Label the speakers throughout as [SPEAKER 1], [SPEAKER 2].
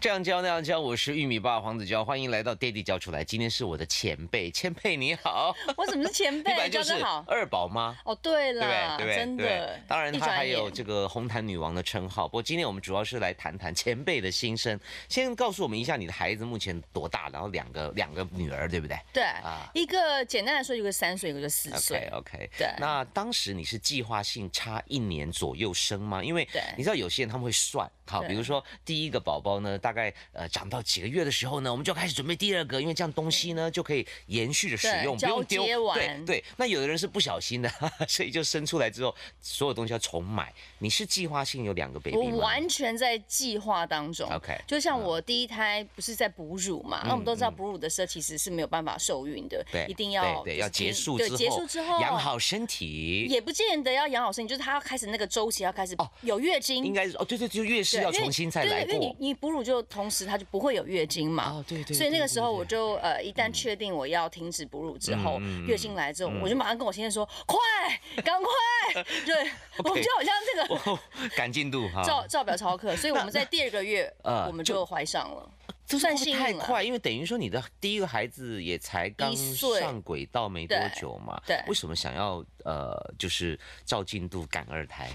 [SPEAKER 1] 这样教那样教，我是玉米爸黄子佼，欢迎来到爹地教出来。今天是我的前辈，前辈你 好，
[SPEAKER 2] 我怎么是前
[SPEAKER 1] 你本来
[SPEAKER 2] 辈？
[SPEAKER 1] 就
[SPEAKER 2] 教
[SPEAKER 1] 是
[SPEAKER 2] 得好。
[SPEAKER 1] 二宝妈，
[SPEAKER 2] 哦，对
[SPEAKER 1] 对不
[SPEAKER 2] 啦，
[SPEAKER 1] 对？对不对？
[SPEAKER 2] 真
[SPEAKER 1] 对不对
[SPEAKER 2] 的。
[SPEAKER 1] 当然，
[SPEAKER 2] 一
[SPEAKER 1] 她
[SPEAKER 2] 转
[SPEAKER 1] 还有
[SPEAKER 2] 眼
[SPEAKER 1] 这个红毯女王的称号。不过今天我们主要是来谈谈前辈的心声。先告诉我们一下你的孩子目前多大，然后两个两个女儿，对不对？
[SPEAKER 2] 对
[SPEAKER 1] 啊
[SPEAKER 2] 一个简单来说，一个三岁，一个四岁
[SPEAKER 1] OK。OK，
[SPEAKER 2] 对
[SPEAKER 1] 那当时你是计划性差一年左右生吗？因为
[SPEAKER 2] 对
[SPEAKER 1] 你知道有些人他们会算，好，
[SPEAKER 2] 对
[SPEAKER 1] 比如说第一个宝宝呢，大概呃长到几个月的时候呢，我们就开始准备第二个，因为这样东西呢就可以延续着使
[SPEAKER 2] 对
[SPEAKER 1] 用，不用
[SPEAKER 2] 交接
[SPEAKER 1] 丢。对
[SPEAKER 2] 完
[SPEAKER 1] 对，那有的人是不小心的， 所以就生出来之后所有东西要重买。你是计划性有两个 baby
[SPEAKER 2] 我
[SPEAKER 1] 吗？
[SPEAKER 2] 完全在计划当中。
[SPEAKER 1] OK，嗯
[SPEAKER 2] 就像我第一胎不是在哺乳嘛，那我们都知道哺乳的时候其实是没有办法受孕的，
[SPEAKER 1] 对，
[SPEAKER 2] 一定
[SPEAKER 1] 对
[SPEAKER 2] 要就
[SPEAKER 1] 对
[SPEAKER 2] 是
[SPEAKER 1] 要结
[SPEAKER 2] 停
[SPEAKER 1] 束之
[SPEAKER 2] 对
[SPEAKER 1] 后，
[SPEAKER 2] 结束之后
[SPEAKER 1] 养好身体。
[SPEAKER 2] 也不见得要养好身体，就是它要开始那个周期要开始
[SPEAKER 1] 哦
[SPEAKER 2] 有月经，
[SPEAKER 1] 应该是哦，对对，就月事
[SPEAKER 2] 对
[SPEAKER 1] 要
[SPEAKER 2] 因为
[SPEAKER 1] 重新再来
[SPEAKER 2] 对，因为
[SPEAKER 1] 过
[SPEAKER 2] 你你哺乳就同时它就不会有月经嘛。
[SPEAKER 1] 哦对对对
[SPEAKER 2] 所以那个时候
[SPEAKER 1] 对对嗯
[SPEAKER 2] 我就呃，一旦确定我要停止哺乳之后，
[SPEAKER 1] 嗯嗯嗯
[SPEAKER 2] 月经来之后，我就马上跟我先生说，快，赶 快，对，我们就好像这个。
[SPEAKER 1] 哦， 赶进度哈。
[SPEAKER 2] 照照表超课，所以我们在第二个月，
[SPEAKER 1] 呃
[SPEAKER 2] 我们
[SPEAKER 1] 就
[SPEAKER 2] 就怀上了。
[SPEAKER 1] 这
[SPEAKER 2] 算
[SPEAKER 1] 算是
[SPEAKER 2] 幸
[SPEAKER 1] 太
[SPEAKER 2] 运了
[SPEAKER 1] 快，因为等于说你的第一个孩子也才刚
[SPEAKER 2] 一岁
[SPEAKER 1] 上轨道没多
[SPEAKER 2] 对
[SPEAKER 1] 久嘛，
[SPEAKER 2] 对
[SPEAKER 1] 为什么想要呃就是照进度赶二胎？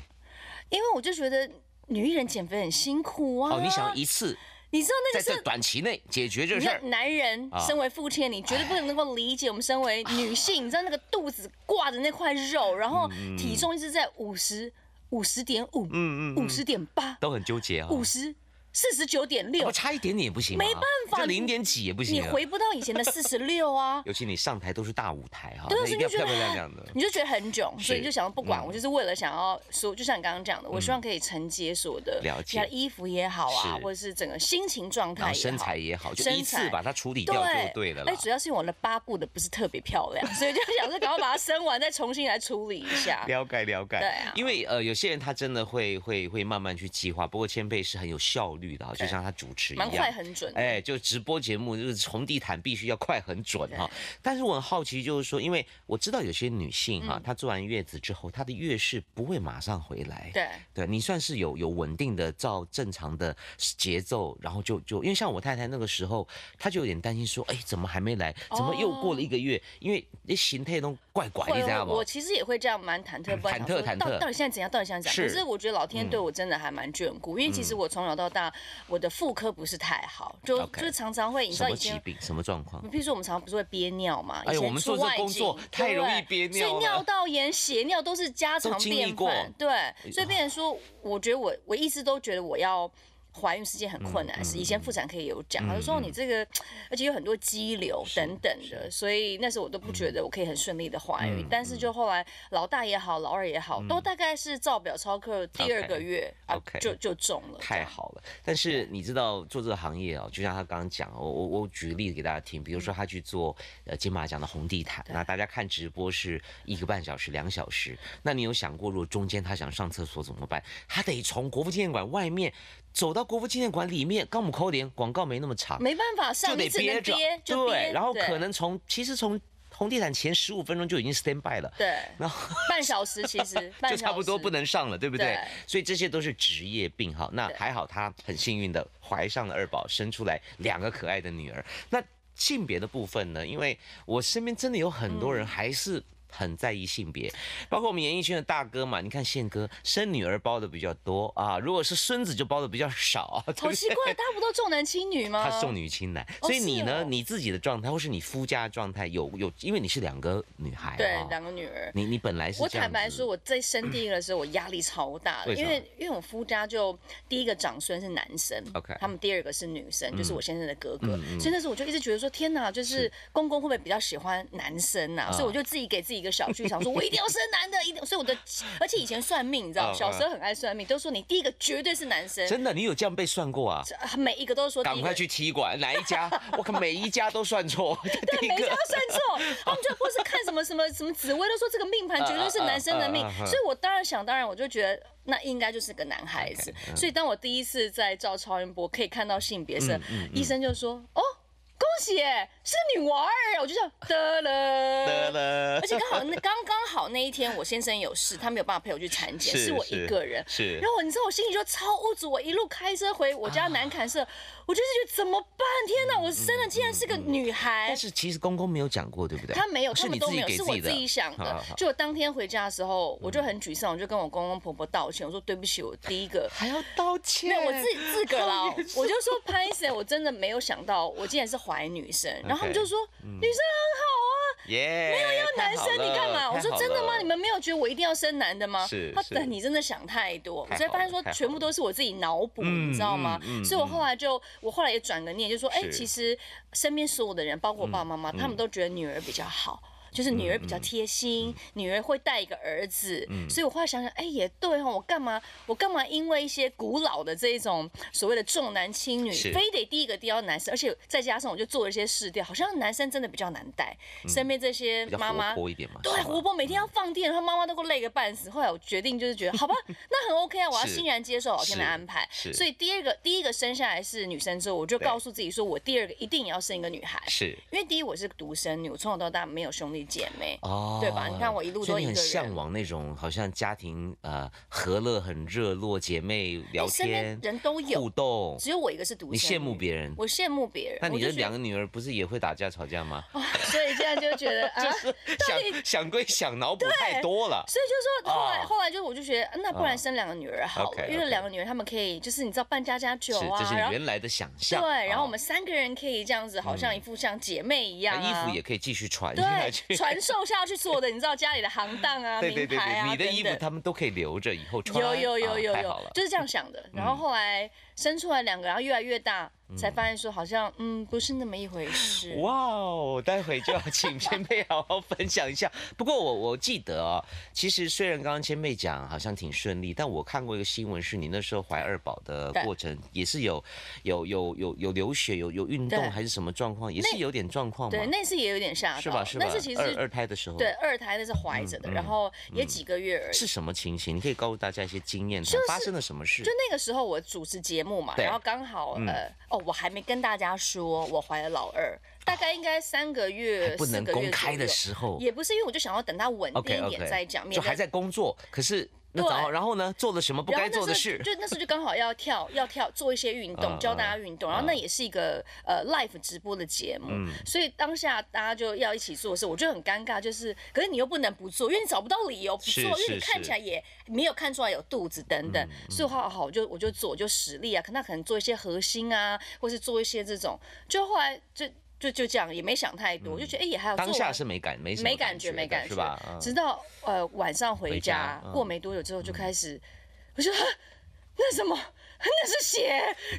[SPEAKER 2] 因为我就觉得女艺人减肥很辛苦啊。
[SPEAKER 1] 哦，你想要一次
[SPEAKER 2] 你知道那
[SPEAKER 1] 在
[SPEAKER 2] 个
[SPEAKER 1] 这
[SPEAKER 2] 是
[SPEAKER 1] 短期内解决这
[SPEAKER 2] 你
[SPEAKER 1] 事儿
[SPEAKER 2] 看，男人
[SPEAKER 1] 啊
[SPEAKER 2] 身为父亲的你，绝对不能够理解我们身为女 性，你知道那个肚子挂着那块肉，然后体重一直在五十五十点五，
[SPEAKER 1] 嗯嗯嗯嗯
[SPEAKER 2] 五十点八，
[SPEAKER 1] 都很纠结啊、
[SPEAKER 2] 五十四十九点六
[SPEAKER 1] 我，差一点点也不行、啊，
[SPEAKER 2] 没办法
[SPEAKER 1] 这
[SPEAKER 2] 你
[SPEAKER 1] 零点几也不
[SPEAKER 2] 你
[SPEAKER 1] 行、啊。
[SPEAKER 2] 回不到以前的四十 六啊。
[SPEAKER 1] 尤其你上台都是大舞台哈，
[SPEAKER 2] 对啊
[SPEAKER 1] 那一
[SPEAKER 2] 所以
[SPEAKER 1] 定要
[SPEAKER 2] 就觉
[SPEAKER 1] 漂
[SPEAKER 2] 得
[SPEAKER 1] 漂亮 亮的。
[SPEAKER 2] 你就觉得很囧，
[SPEAKER 1] 是
[SPEAKER 2] 所以你就想要不管，
[SPEAKER 1] 嗯
[SPEAKER 2] 我就是为了想要说，就像你刚刚讲的，我希望可以承接所有的，
[SPEAKER 1] 了解
[SPEAKER 2] 其他衣服也好啊
[SPEAKER 1] 是，
[SPEAKER 2] 或者是整个心情
[SPEAKER 1] 然
[SPEAKER 2] 状态
[SPEAKER 1] 后
[SPEAKER 2] 也好，
[SPEAKER 1] 身材也好，就
[SPEAKER 2] 身
[SPEAKER 1] 一次
[SPEAKER 2] 材
[SPEAKER 1] 把它处理掉就对了啦
[SPEAKER 2] 哎，。主要是因为我的八顾的不是特别漂亮，所以就想说赶快把它生完，再重新来处理一下。
[SPEAKER 1] 了解了解，
[SPEAKER 2] 对啊
[SPEAKER 1] 因为呃，有些人他真的会会会慢慢去计划，不过千贝是很有效率的啊，就像他主持一样，
[SPEAKER 2] 蛮快很嗯准的
[SPEAKER 1] 哎，就直播节目就是红地毯必须要快很准哈、 但是我很好奇，就是说，因为我知道有些女性
[SPEAKER 2] 嗯
[SPEAKER 1] 哈、她做完月子之后，她的月事不会马上回来。
[SPEAKER 2] 对
[SPEAKER 1] 对你算是有有稳定的照正常的节奏，然后就就因为像我太太那个时候，她就有点担心说，哎，怎么还没来？怎么又过了一个月？因为那形态都怪怪，你
[SPEAKER 2] 哦会
[SPEAKER 1] 知道
[SPEAKER 2] 会，
[SPEAKER 1] 吗？
[SPEAKER 2] 我其实也会这样，蛮忐忑不安，
[SPEAKER 1] 忐忑
[SPEAKER 2] 想说
[SPEAKER 1] 忐忑
[SPEAKER 2] 到底到底现在怎样，到底现在怎样？
[SPEAKER 1] 是嗯
[SPEAKER 2] 可是我觉得老天对我真的还蛮眷顾，因为其实我从小到大，我的妇科不是太好，就
[SPEAKER 1] OK
[SPEAKER 2] 就常常会，你知
[SPEAKER 1] 什
[SPEAKER 2] 道
[SPEAKER 1] 么
[SPEAKER 2] 以
[SPEAKER 1] 疾
[SPEAKER 2] 前。
[SPEAKER 1] 病？什么状况？
[SPEAKER 2] 譬如说，我们常常不是会憋尿嘛？
[SPEAKER 1] 哎呦
[SPEAKER 2] 以前
[SPEAKER 1] 我们做
[SPEAKER 2] 出
[SPEAKER 1] 这
[SPEAKER 2] 外
[SPEAKER 1] 工作
[SPEAKER 2] 景
[SPEAKER 1] 太容易
[SPEAKER 2] 对不
[SPEAKER 1] 憋
[SPEAKER 2] 对
[SPEAKER 1] 尿了
[SPEAKER 2] 所以尿道炎、血尿都是家常
[SPEAKER 1] 都经历
[SPEAKER 2] 便
[SPEAKER 1] 过哎
[SPEAKER 2] 饭。对，所以变成说，我觉得我我一直都觉得我要。怀孕是件很
[SPEAKER 1] 嗯
[SPEAKER 2] 困难的事，以前妇产科也有讲，他就说你这个，而且有很多肌瘤等等的，所以那时候我都不
[SPEAKER 1] 嗯
[SPEAKER 2] 觉得我可以很顺利的怀孕，但是就后来老大也好，老二也好，都大概是照表超课第二个月
[SPEAKER 1] 嗯
[SPEAKER 2] 啊
[SPEAKER 1] OK，
[SPEAKER 2] 就就中了，
[SPEAKER 1] 太好了，但是你知道做这个行业哦，就像他刚刚讲，我我我举个例子给大家听，
[SPEAKER 2] 嗯
[SPEAKER 1] 比如说他去做呃金马奖的红地毯，那大家看直播是一个半小时、两小时，那你有想过如果中间他想上厕所怎么办？他得从国父纪念馆外面走到国父纪念馆里面，刚我们扣点广告没那么长，
[SPEAKER 2] 没办法
[SPEAKER 1] 就
[SPEAKER 2] 上，
[SPEAKER 1] 得
[SPEAKER 2] 你只能
[SPEAKER 1] 着
[SPEAKER 2] 憋，，就
[SPEAKER 1] 对
[SPEAKER 2] 憋，，
[SPEAKER 1] 然后
[SPEAKER 2] 对
[SPEAKER 1] 可能从其实从红地毯前十五分钟就已经 stand by 了，
[SPEAKER 2] 对，
[SPEAKER 1] 然后。
[SPEAKER 2] 半小时其实 半
[SPEAKER 1] 就
[SPEAKER 2] 小时
[SPEAKER 1] 差不多不能上了，对不对？
[SPEAKER 2] 对
[SPEAKER 1] 所以这些都是职业病哈。那还好她很幸运的怀上了二宝，生出来两个可爱的女儿。那性别的部分呢？因为我身边真的有很多
[SPEAKER 2] 嗯
[SPEAKER 1] 人还是。很在意性别，包括我们演艺圈的大哥嘛，你看宪哥生女儿包的比较多啊，如果是孙子就包的比较少，对不对
[SPEAKER 2] 好奇怪，大家不都重男轻女吗？
[SPEAKER 1] 他重女轻男，
[SPEAKER 2] 哦
[SPEAKER 1] 所以你呢，
[SPEAKER 2] 是哦
[SPEAKER 1] 你自己的状态或是你夫家的状态有有，因为你是两个女孩啊，
[SPEAKER 2] 对两个女儿。
[SPEAKER 1] 你你本来是
[SPEAKER 2] 我
[SPEAKER 1] 这样
[SPEAKER 2] 坦白
[SPEAKER 1] 子
[SPEAKER 2] 说，我在生第一个的时候，我压力超大的，
[SPEAKER 1] 为什
[SPEAKER 2] 因
[SPEAKER 1] 么
[SPEAKER 2] 为因为我夫家就第一个长孙是男生
[SPEAKER 1] OK 嗯
[SPEAKER 2] 他们第二个是女生，就是我先生的哥哥，所以那时候我就一直觉得说，天哪，就是公公会不会比较喜欢男生呐、
[SPEAKER 1] 啊
[SPEAKER 2] 所以我就自己给自己一个小剧场，说我一定要生男的，一定。所以我 的，而且以前算命，你知
[SPEAKER 1] 啊
[SPEAKER 2] 道，
[SPEAKER 1] 啊
[SPEAKER 2] 小时候很爱算命，都说你第一个绝对是男生，
[SPEAKER 1] 真的，你有这样被算过啊？
[SPEAKER 2] 每一个都说第
[SPEAKER 1] 赶
[SPEAKER 2] 一
[SPEAKER 1] 快
[SPEAKER 2] 个
[SPEAKER 1] 去踢馆，哪一 家？我靠，每一家都算错。第一
[SPEAKER 2] 每一家
[SPEAKER 1] 个
[SPEAKER 2] 都算错，他们就或是看什么什么什么紫薇，都说这个命盘绝对是男生的命
[SPEAKER 1] 啊啊啊啊，啊
[SPEAKER 2] 所以我当然想当然，我就觉得那应该就是个男孩子。
[SPEAKER 1] 嗯嗯
[SPEAKER 2] 所以当我第一次在照超音波可以看到性别时，医生就说：“哦，恭西耶，是个女娃儿，我就这样得了
[SPEAKER 1] 得 了
[SPEAKER 2] 而，且刚好那刚刚好那一天，我先生有事，他没有办法陪我去产检，
[SPEAKER 1] 是
[SPEAKER 2] 是我一个人。
[SPEAKER 1] 是
[SPEAKER 2] 然后你知道我心里就超无助，我一路开车回我家南坎社，我就是觉得怎么办？天哪，我生的竟然是个女孩！
[SPEAKER 1] 但是其实公公没有讲过，对不对？
[SPEAKER 2] 他没有，
[SPEAKER 1] 是
[SPEAKER 2] 他
[SPEAKER 1] 你
[SPEAKER 2] 们
[SPEAKER 1] 自
[SPEAKER 2] 都
[SPEAKER 1] 己
[SPEAKER 2] 没有，
[SPEAKER 1] 给
[SPEAKER 2] 是
[SPEAKER 1] 自
[SPEAKER 2] 我
[SPEAKER 1] 己
[SPEAKER 2] 自
[SPEAKER 1] 的。
[SPEAKER 2] 己想
[SPEAKER 1] 好
[SPEAKER 2] 的
[SPEAKER 1] 好好。嗯
[SPEAKER 2] 就我当天回家的时候，我就很沮丧，我就跟我公公婆婆道歉，我说对不起，我第一个
[SPEAKER 1] 还要道歉
[SPEAKER 2] 没有，我自己自个儿啦，我就说拍谁，我真的没有想到我竟然是怀 女生，然后他们就说
[SPEAKER 1] 嗯
[SPEAKER 2] 女生
[SPEAKER 1] 耶，没有要
[SPEAKER 2] 很好，男生你干嘛？我说真的吗？你们没有觉得我一定要生男的吗
[SPEAKER 1] 是？
[SPEAKER 2] 他
[SPEAKER 1] 是
[SPEAKER 2] 等你真的想太多，
[SPEAKER 1] 太
[SPEAKER 2] 我才
[SPEAKER 1] 好
[SPEAKER 2] 发现
[SPEAKER 1] 了
[SPEAKER 2] 说
[SPEAKER 1] 太
[SPEAKER 2] 全
[SPEAKER 1] 好
[SPEAKER 2] 部都是我自己脑补，
[SPEAKER 1] 嗯
[SPEAKER 2] 你知道吗
[SPEAKER 1] 嗯嗯？
[SPEAKER 2] 所以我后来就我后来也转个念，就说哎，
[SPEAKER 1] 是嗯
[SPEAKER 2] 其实身边所有的人，包括我爸爸妈妈，他们都觉得女儿比较好。就是女儿比较贴心，
[SPEAKER 1] 嗯
[SPEAKER 2] 女儿会带一个儿子，所以我后来想想，哎、也对哈、我干嘛我干嘛因为一些古老的这种所谓的重男轻女，
[SPEAKER 1] 是
[SPEAKER 2] 非得第一个要男生，而且再加上我就做了一些试调，好像男生真的比较难带，
[SPEAKER 1] 嗯
[SPEAKER 2] 身边这些
[SPEAKER 1] 比较
[SPEAKER 2] 妈妈
[SPEAKER 1] 活泼一点嘛，
[SPEAKER 2] 对，
[SPEAKER 1] 是吧嗯
[SPEAKER 2] 胡，波每天要放电，他妈妈都给我累个半死。后来我决定就是觉得，好吧，那很 OK 啊，我要
[SPEAKER 1] 是
[SPEAKER 2] 欣然接受老天的
[SPEAKER 1] 是
[SPEAKER 2] 安排。
[SPEAKER 1] 是
[SPEAKER 2] 所以第二个第一个生下来是女生之后，我就
[SPEAKER 1] 对
[SPEAKER 2] 告诉自己说，我第二个一定也要生一个女孩，
[SPEAKER 1] 是
[SPEAKER 2] 因为第一我是独生女，我从小到大没有兄弟姐妹。
[SPEAKER 1] 哦，
[SPEAKER 2] 对吧你看我一路
[SPEAKER 1] 所
[SPEAKER 2] 都
[SPEAKER 1] 以你
[SPEAKER 2] 一
[SPEAKER 1] 很
[SPEAKER 2] 个
[SPEAKER 1] 向
[SPEAKER 2] 人
[SPEAKER 1] 往那种好像家庭呃和乐、很热络、姐妹聊
[SPEAKER 2] 哎身边
[SPEAKER 1] 天、
[SPEAKER 2] 人都有
[SPEAKER 1] 互动，
[SPEAKER 2] 只有我一个是独生
[SPEAKER 1] 你
[SPEAKER 2] 女，
[SPEAKER 1] 羡慕别人。
[SPEAKER 2] 我羡慕别人。
[SPEAKER 1] 那你
[SPEAKER 2] 我就
[SPEAKER 1] 的
[SPEAKER 2] 觉
[SPEAKER 1] 两个女儿不是也会打架吵架吗？
[SPEAKER 2] 所以现在就觉得啊，
[SPEAKER 1] 想想归想，脑补太多了。
[SPEAKER 2] 所以就说后来、
[SPEAKER 1] 啊
[SPEAKER 2] 后来就我就觉得，啊那不
[SPEAKER 1] 啊
[SPEAKER 2] 然生两个女儿好了
[SPEAKER 1] OK，
[SPEAKER 2] 因为
[SPEAKER 1] OK
[SPEAKER 2] 两个女儿她们可以就是你知道办家家酒
[SPEAKER 1] 是，
[SPEAKER 2] 啊，
[SPEAKER 1] 这是你
[SPEAKER 2] 然后
[SPEAKER 1] 原来的想象。
[SPEAKER 2] 对，然后
[SPEAKER 1] 啊
[SPEAKER 2] 我们三个人可以这样子，好像一副像姐妹一样、
[SPEAKER 1] 那
[SPEAKER 2] 啊
[SPEAKER 1] 衣服也可以继续 传下去
[SPEAKER 2] 对，。传授下去所有的，你知道家里的行当 啊、
[SPEAKER 1] 对对
[SPEAKER 2] 名
[SPEAKER 1] 对
[SPEAKER 2] 牌
[SPEAKER 1] 对，
[SPEAKER 2] 啊
[SPEAKER 1] 你的
[SPEAKER 2] 等
[SPEAKER 1] 衣服
[SPEAKER 2] 等
[SPEAKER 1] 他们都可以留着，以后穿。
[SPEAKER 2] 有有有有
[SPEAKER 1] 啊太
[SPEAKER 2] 有
[SPEAKER 1] 好了，嗯
[SPEAKER 2] 就是这样想的。然后后来生出来两个，然后越来越大，才发现说好像嗯不是那么一回事。
[SPEAKER 1] 哇哦！待会 就要请千妹好好分享一下。不过我我记得哦，其实虽然刚刚千妹讲好像挺顺利，但我看过一个新闻，是你那时候怀二宝的
[SPEAKER 2] 对
[SPEAKER 1] 过程也是有有有有有流血，有有运动
[SPEAKER 2] 对
[SPEAKER 1] 还是什么状况，也是有点状况嘛
[SPEAKER 2] 对，，那次也有点吓到，
[SPEAKER 1] 是吧？是吧
[SPEAKER 2] 那次其？
[SPEAKER 1] 二二
[SPEAKER 2] 实
[SPEAKER 1] 胎的时候，
[SPEAKER 2] 对二胎那是怀着的，然后也几个月而已。
[SPEAKER 1] 是什么情形？你可以告诉大家一些经验，发生了什么事
[SPEAKER 2] 就？那个时候我主持节目嘛，
[SPEAKER 1] 对嗯
[SPEAKER 2] 然后刚好呃哦，我还没跟大家说我怀了老二，大概应该三个月、
[SPEAKER 1] 不
[SPEAKER 2] 四
[SPEAKER 1] 能
[SPEAKER 2] 个
[SPEAKER 1] 公
[SPEAKER 2] 月
[SPEAKER 1] 开的
[SPEAKER 2] 左右
[SPEAKER 1] 时候
[SPEAKER 2] 也不是因为我就想要等他稳
[SPEAKER 1] ，OK
[SPEAKER 2] 定一
[SPEAKER 1] OK，
[SPEAKER 2] 点再讲，
[SPEAKER 1] 就还
[SPEAKER 2] 免得。
[SPEAKER 1] 在工作，可是那
[SPEAKER 2] 对
[SPEAKER 1] 然后然后呢，做了什么不
[SPEAKER 2] 然后
[SPEAKER 1] 该
[SPEAKER 2] 那时
[SPEAKER 1] 做
[SPEAKER 2] 候
[SPEAKER 1] 的事？
[SPEAKER 2] 就那时候就刚好要跳，要跳做一些运
[SPEAKER 1] 嗯
[SPEAKER 2] 动，教大家运动。然后那也是一个呃 live 直播的节目，
[SPEAKER 1] 嗯
[SPEAKER 2] 所以当下大家就要一起做事，我就很尴尬，就是可是你又不能不做，因为你找不到理由不
[SPEAKER 1] 是
[SPEAKER 2] 做，因
[SPEAKER 1] 是
[SPEAKER 2] 为你看
[SPEAKER 1] 是嗯
[SPEAKER 2] 起来也没有看出来有肚子等等。所以好好，我就我就做，我就实力啊，可那可能做一些核心啊，或是做一些这种，就后来就就就这样，也没想太多，我就觉得哎、也还好。
[SPEAKER 1] 嗯当
[SPEAKER 2] 做
[SPEAKER 1] 下
[SPEAKER 2] 完
[SPEAKER 1] 是没感没什么
[SPEAKER 2] 没感觉，没
[SPEAKER 1] 的
[SPEAKER 2] 感觉，
[SPEAKER 1] 是吧？嗯
[SPEAKER 2] 直到呃晚上回
[SPEAKER 1] 回
[SPEAKER 2] 家
[SPEAKER 1] 家，嗯
[SPEAKER 2] 过没多久之后就开始，我就说啊那什么，那是血，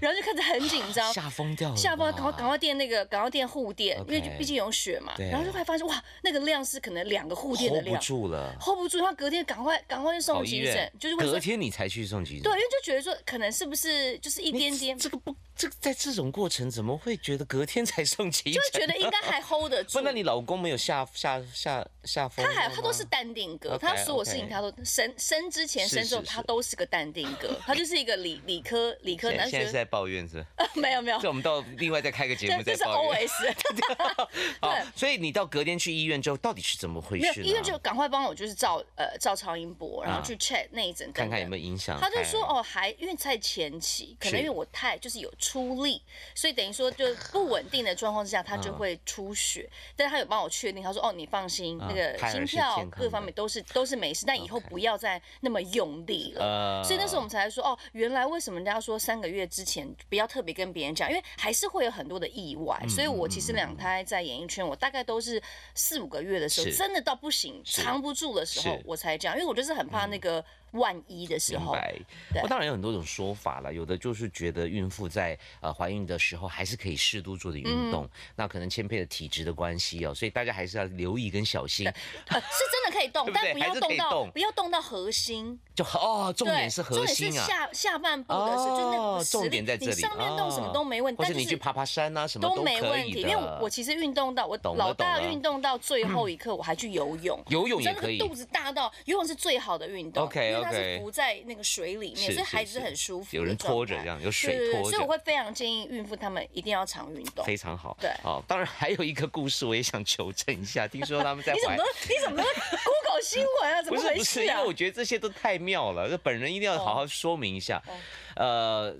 [SPEAKER 2] 然后就开始很紧 张。
[SPEAKER 1] 吓疯掉了，
[SPEAKER 2] 下班赶快赶，快垫那个，赶快垫护垫，因为
[SPEAKER 1] OK
[SPEAKER 2] 毕竟有血嘛。
[SPEAKER 1] 对
[SPEAKER 2] 然后就会发现哇，那个量是可能两个护垫的
[SPEAKER 1] hold 不
[SPEAKER 2] 量
[SPEAKER 1] 住了，
[SPEAKER 2] ，hold 不住。他隔天赶快赶快去送
[SPEAKER 1] 跑医
[SPEAKER 2] 急诊
[SPEAKER 1] 院，，
[SPEAKER 2] 就是会
[SPEAKER 1] 隔
[SPEAKER 2] 说
[SPEAKER 1] 天你才去送急诊，
[SPEAKER 2] 对，因为就觉得说可能是不是就是一
[SPEAKER 1] 你
[SPEAKER 2] 点点，
[SPEAKER 1] 这个不，这个在这种过程怎么会觉得隔天才送急
[SPEAKER 2] 就会
[SPEAKER 1] 诊？
[SPEAKER 2] 觉得应该还 hold 得住
[SPEAKER 1] 不，。那你老公没有吓吓吓吓疯掉
[SPEAKER 2] 他
[SPEAKER 1] 吗？
[SPEAKER 2] 还他都是淡定哥，
[SPEAKER 1] 哦 OK，
[SPEAKER 2] 他所有事情
[SPEAKER 1] OK
[SPEAKER 2] 他都生生之前
[SPEAKER 1] 是
[SPEAKER 2] 生之后
[SPEAKER 1] 是是
[SPEAKER 2] 他都是个淡定 哥，他就是一个理理科理科
[SPEAKER 1] 现
[SPEAKER 2] 男
[SPEAKER 1] 在现在
[SPEAKER 2] 学
[SPEAKER 1] 是在抱怨是吧？
[SPEAKER 2] 没有没有
[SPEAKER 1] 这，我们到另外再开个节
[SPEAKER 2] 对
[SPEAKER 1] 目，
[SPEAKER 2] 这
[SPEAKER 1] 再
[SPEAKER 2] 是
[SPEAKER 1] 抱 怨。
[SPEAKER 2] OS，
[SPEAKER 1] 啊，所以你到隔天去医院之后，到底是怎么回
[SPEAKER 2] 没有
[SPEAKER 1] 事呢？啊
[SPEAKER 2] 医院就赶快帮我就是照呃照超音波，然后去 check 那一整
[SPEAKER 1] 看看有
[SPEAKER 2] 有。
[SPEAKER 1] 没有影响。
[SPEAKER 2] 他就说
[SPEAKER 1] 看
[SPEAKER 2] 哦，还因为在前期，可
[SPEAKER 1] 是
[SPEAKER 2] 能因为我太就是有出力，所以等于说就不稳定的状况之下，
[SPEAKER 1] 嗯
[SPEAKER 2] 他就会出血。但是他有帮我确定，他说哦，你放心，
[SPEAKER 1] 啊
[SPEAKER 2] 那个
[SPEAKER 1] 胎儿
[SPEAKER 2] 心
[SPEAKER 1] 是
[SPEAKER 2] 跳
[SPEAKER 1] 健康
[SPEAKER 2] 各方
[SPEAKER 1] 的
[SPEAKER 2] 面都是都是没事，但以后
[SPEAKER 1] OK
[SPEAKER 2] 不要再那么用力了。
[SPEAKER 1] 呃
[SPEAKER 2] 所以那时候我们才说哦，原来为什么人家说三个月之前不要特别跟别人讲，因为还是会有很多的意外。
[SPEAKER 1] 嗯
[SPEAKER 2] 所以我其实两胎在演艺圈，我大概都是四五个月的时候，
[SPEAKER 1] 是
[SPEAKER 2] 真的到不行、
[SPEAKER 1] 是
[SPEAKER 2] 藏不住的时候
[SPEAKER 1] 是，嗯
[SPEAKER 2] 我才讲，因为我就是很怕那个万一的时
[SPEAKER 1] 明
[SPEAKER 2] 候。
[SPEAKER 1] 白，
[SPEAKER 2] 对
[SPEAKER 1] 我当然有很多种说法了，有的就是觉得孕妇在呃怀孕的时候还是可以适度做点运
[SPEAKER 2] 嗯
[SPEAKER 1] 动，那可能千配的体质的关系哦，所以大家还是要留意跟小心。
[SPEAKER 2] 呃，是真的可以 动
[SPEAKER 1] 对，不对
[SPEAKER 2] 但不要
[SPEAKER 1] 还是可以
[SPEAKER 2] 动到
[SPEAKER 1] 动
[SPEAKER 2] 不要动到核心。
[SPEAKER 1] 就哦，重
[SPEAKER 2] 对，
[SPEAKER 1] 点是核
[SPEAKER 2] 重
[SPEAKER 1] 心
[SPEAKER 2] 点
[SPEAKER 1] 啊
[SPEAKER 2] 是，下下半部的时候，就那
[SPEAKER 1] 哦
[SPEAKER 2] 个实力
[SPEAKER 1] 重点在这里，
[SPEAKER 2] 你上面动什么都没问
[SPEAKER 1] 哦
[SPEAKER 2] 题，
[SPEAKER 1] 或
[SPEAKER 2] 但
[SPEAKER 1] 者
[SPEAKER 2] 就
[SPEAKER 1] 你去
[SPEAKER 2] 是
[SPEAKER 1] 爬爬山啊，什么
[SPEAKER 2] 都
[SPEAKER 1] 都
[SPEAKER 2] 没
[SPEAKER 1] 可
[SPEAKER 2] 问
[SPEAKER 1] 以
[SPEAKER 2] 题，因
[SPEAKER 1] 的
[SPEAKER 2] 为我我其实运动到我
[SPEAKER 1] 懂了
[SPEAKER 2] 老大
[SPEAKER 1] 懂了嗯
[SPEAKER 2] 运动到最后一刻，我还去游泳，
[SPEAKER 1] 游泳也
[SPEAKER 2] 你知道
[SPEAKER 1] 可以
[SPEAKER 2] 那个肚子大到游泳是最好的运动
[SPEAKER 1] OK，
[SPEAKER 2] 因为它
[SPEAKER 1] OK
[SPEAKER 2] 是浮在那个水里
[SPEAKER 1] 是
[SPEAKER 2] 面，所以
[SPEAKER 1] 是
[SPEAKER 2] 孩子
[SPEAKER 1] 是
[SPEAKER 2] 很舒服的
[SPEAKER 1] 有
[SPEAKER 2] 状态。
[SPEAKER 1] 人拖着这样有水
[SPEAKER 2] 对对对
[SPEAKER 1] 拖着
[SPEAKER 2] 所以我会非常建议孕妇她们一定要常运动。
[SPEAKER 1] 非常好。
[SPEAKER 2] 对
[SPEAKER 1] 哦，当然还有一个故事，我也想求证一下。听说他们在
[SPEAKER 2] 你怎么
[SPEAKER 1] 怀
[SPEAKER 2] 都，你 怎么都 Google 新闻啊？怎
[SPEAKER 1] 不
[SPEAKER 2] 么
[SPEAKER 1] 是
[SPEAKER 2] 回
[SPEAKER 1] 不
[SPEAKER 2] 事
[SPEAKER 1] 是，因
[SPEAKER 2] 啊
[SPEAKER 1] 为？我觉得这些都太妙了，这本人一定要好好说明一下。
[SPEAKER 2] 哦
[SPEAKER 1] 呃，